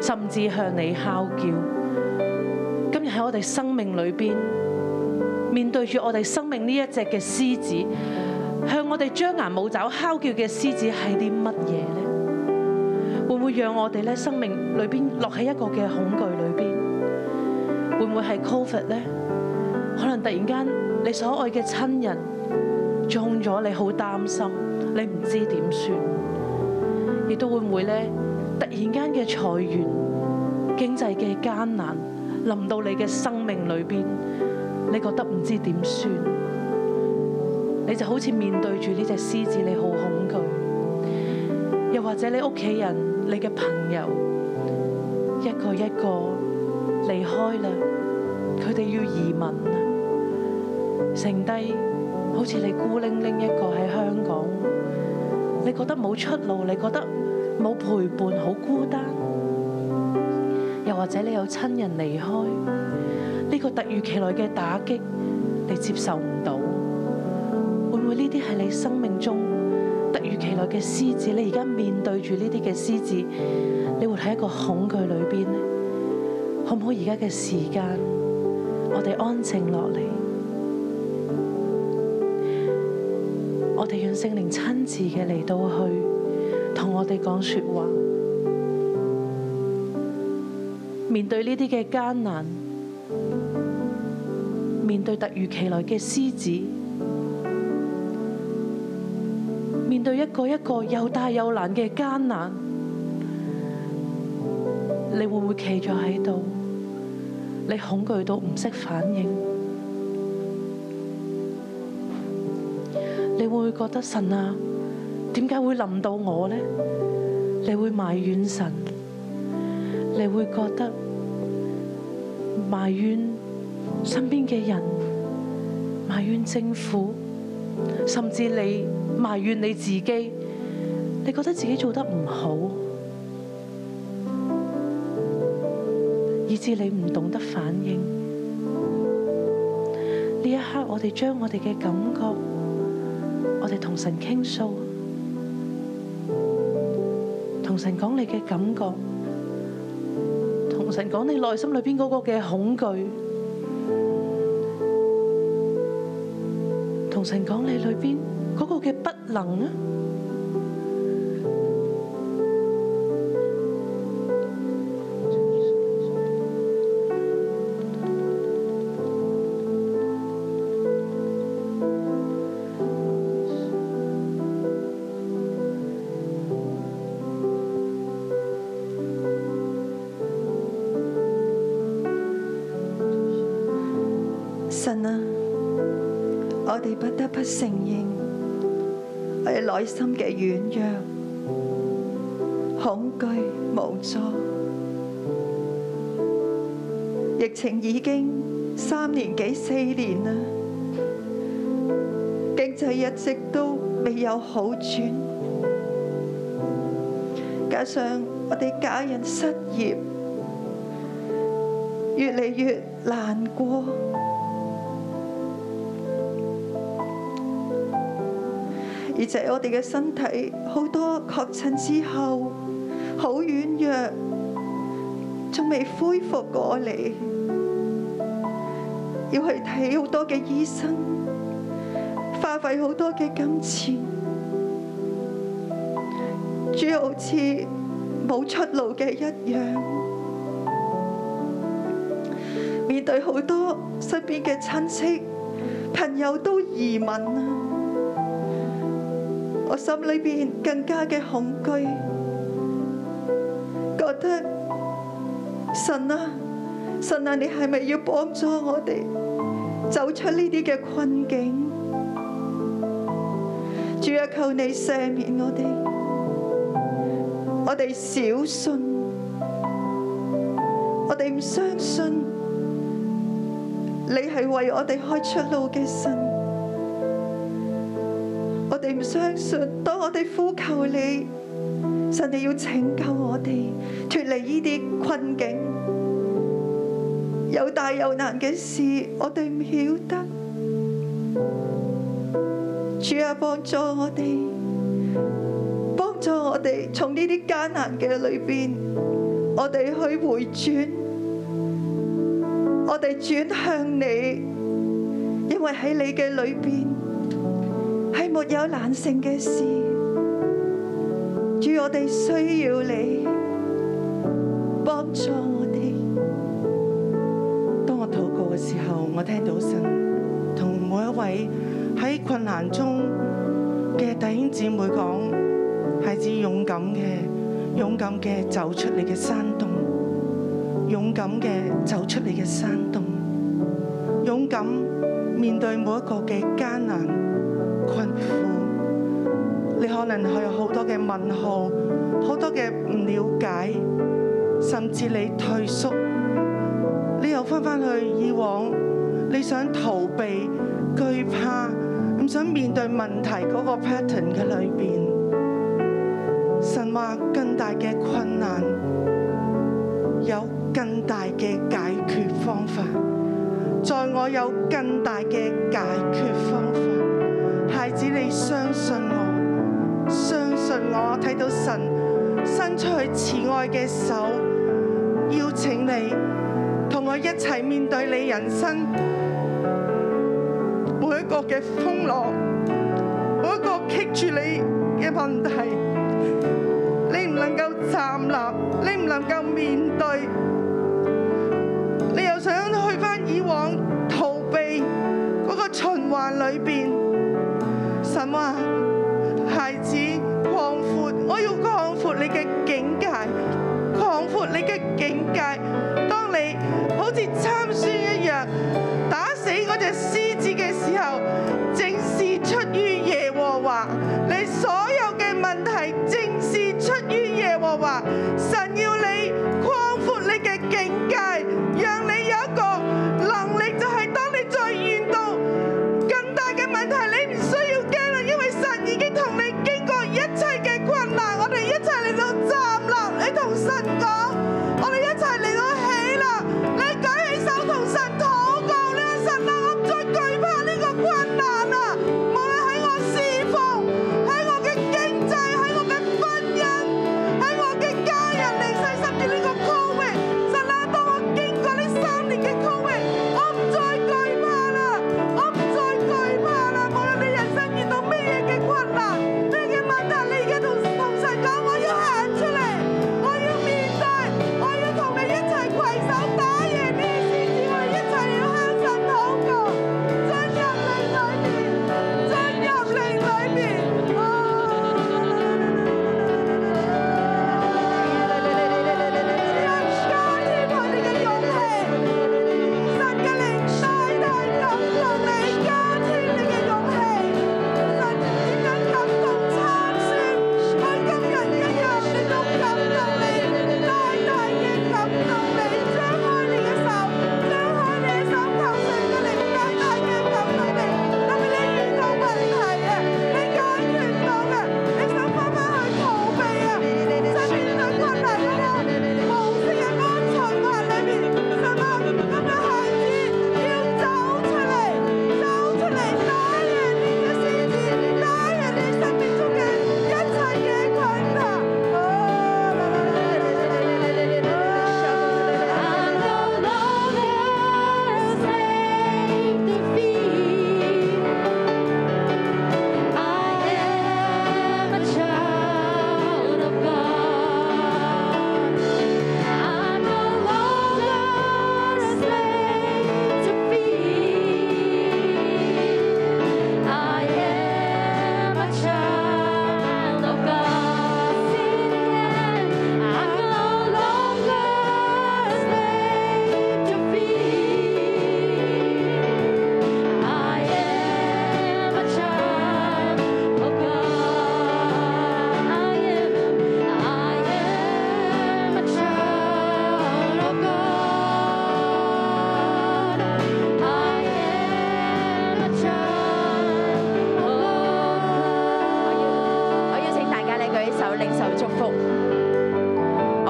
[SPEAKER 6] 甚至向你哮叫。今日喺我哋生命裏邊，面對住我哋生命呢一隻嘅獅子，向我哋張牙舞爪哮叫嘅獅子係啲乜嘢呢？會唔會讓我哋咧生命裏邊落喺一個嘅恐懼裏邊？會唔會係 Covid 呢？可能突然間你所愛嘅親人中咗，你好擔心，你唔知點算，亦都會唔會咧？突然間嘅裁員、經濟嘅艱難臨到你嘅生命裏邊，你覺得唔知點算，你就好似面對住呢隻獅子，你好恐懼。又或者你屋企人、你嘅朋友一個一個離開啦。佢哋要移民啊，剩低好似你孤零零一個喺香港，你覺得冇出路，你覺得冇陪伴，好孤單。又或者你有親人離開，呢個突如其來嘅打擊，你接受唔到。會唔會呢啲係你生命中突如其來嘅獅子？你而家面對住呢啲嘅獅子，你活喺一個恐懼裏邊呢？可唔可以而家嘅時間？我哋安靜落嚟，我哋讓聖靈親自嘅嚟到去同我哋講說話。面對呢啲嘅艱難，面對突如其來嘅獅子，面對一個一個又大又難嘅艱難，你會唔會企咗喺度？你恐懼到唔識反應，你會唔會覺得神啊，點解會臨到我呢？你會埋怨神，你會覺得埋怨身邊嘅人，埋怨政府，甚至你埋怨你自己，你覺得自己做得唔好。以致你唔懂得反應。呢一刻，我哋將我哋嘅感覺，我哋同神傾訴，同神講你嘅感覺，同神講你內心裏邊嗰個嘅恐懼，同神講你裏邊嗰個嘅不能啊！
[SPEAKER 5] 神啊，我哋不得不承認，我哋內心嘅軟弱、恐懼、無助。疫情已經三年幾四年啦，經濟一直都未有好轉，加上我哋家人失業，越嚟越難過。而且我哋嘅身體好多確診之後好軟弱，仲未恢復過嚟。要去睇好多嘅醫生，花費好多嘅金錢。主好似冇出路嘅一樣，面對好多身邊嘅親戚、朋友都移民啊，我心裏邊更加嘅恐懼，覺得神啊，神啊，你係咪要幫助我哋走出呢啲嘅困境？主啊，求你赦免我哋。我哋小信，我哋唔相信你係為我哋開出路嘅神，我哋唔相信，當我哋呼求你，神你要拯救我哋脱離呢啲困境，有大有難嘅事，我哋唔曉得。主啊，幫助我哋。幫助我哋從呢啲艱難嘅裏邊，我哋去回轉，我哋轉向你，因為喺你嘅裏邊係沒有難成嘅事。主，我哋需要你幫助我哋。
[SPEAKER 7] 當我禱告嘅時候，我聽到神同每一位喺困難中嘅弟兄姊妹講：孩子勇敢嘅，勇敢嘅走出你嘅山洞，勇敢嘅走出你嘅山洞，勇敢面對每一個嘅艱難困苦。你可能係有好多嘅問號，好多嘅唔了解，甚至你退縮。你又翻返去以往，你想逃避、懼怕，唔想面對問題嗰個 pattern 嘅裏邊。神話更大嘅困難，有更大嘅解決方法。在我有更大嘅解決方法，孩子你相信我，相信我睇到神伸出去慈愛嘅手，邀請你。同我一齊面對你人生每一個嘅風浪，每一個棘住你嘅問題，你唔能夠站立，你唔能夠面對，你又想去返以往逃避嗰個循環裏邊，神話孩子擴闊，我要擴闊你嘅境界。擴闊你嘅境界。當你好似參孫一樣打死嗰隻獅子嘅時候，正是出於耶和華。你所有嘅問題正是出於耶和華。神要你擴闊你嘅境界，讓你有一個能力，就係當你再遇到更大嘅問題，你唔需要驚啦，因為神已經同你經過一切嘅困難，我哋一齊嚟到站立，你同神講，我哋一齊嚟到起啦，你舉起手同神禱告啦，神啊，我再舉啊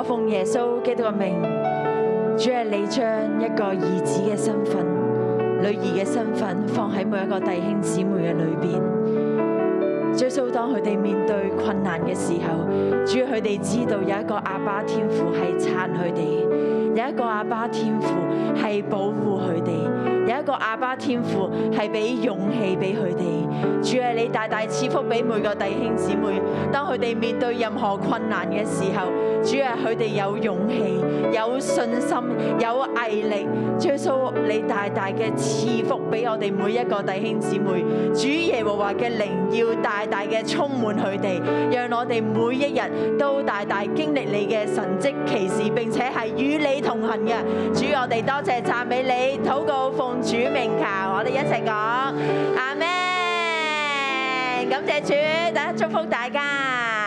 [SPEAKER 8] 奉耶穌基督嘅名，主係你將一個兒子嘅身份、女兒嘅身份放喺每一個弟兄姊妹嘅裏邊。最數當佢哋面對困難嘅時候，主要佢哋知道有一個阿爸天父係撐佢哋，有一個阿爸天父係保護佢哋，有一個阿爸天父係俾勇氣俾佢哋。主係你大大賜福俾每個弟兄姊妹，當佢哋面對任何困難嘅時候，主係佢哋有勇氣、有信心、有毅力。主耶穌，你大大嘅賜福俾我哋每一個弟兄姊妹。主耶和華嘅靈要大大嘅充滿佢哋，讓我哋每一日都大大經歷你嘅神蹟奇事，並且係與你同行嘅。主，我哋多謝讚美你，禱告奉主名求，我哋一齊講阿門。感謝主，大家祝福大家。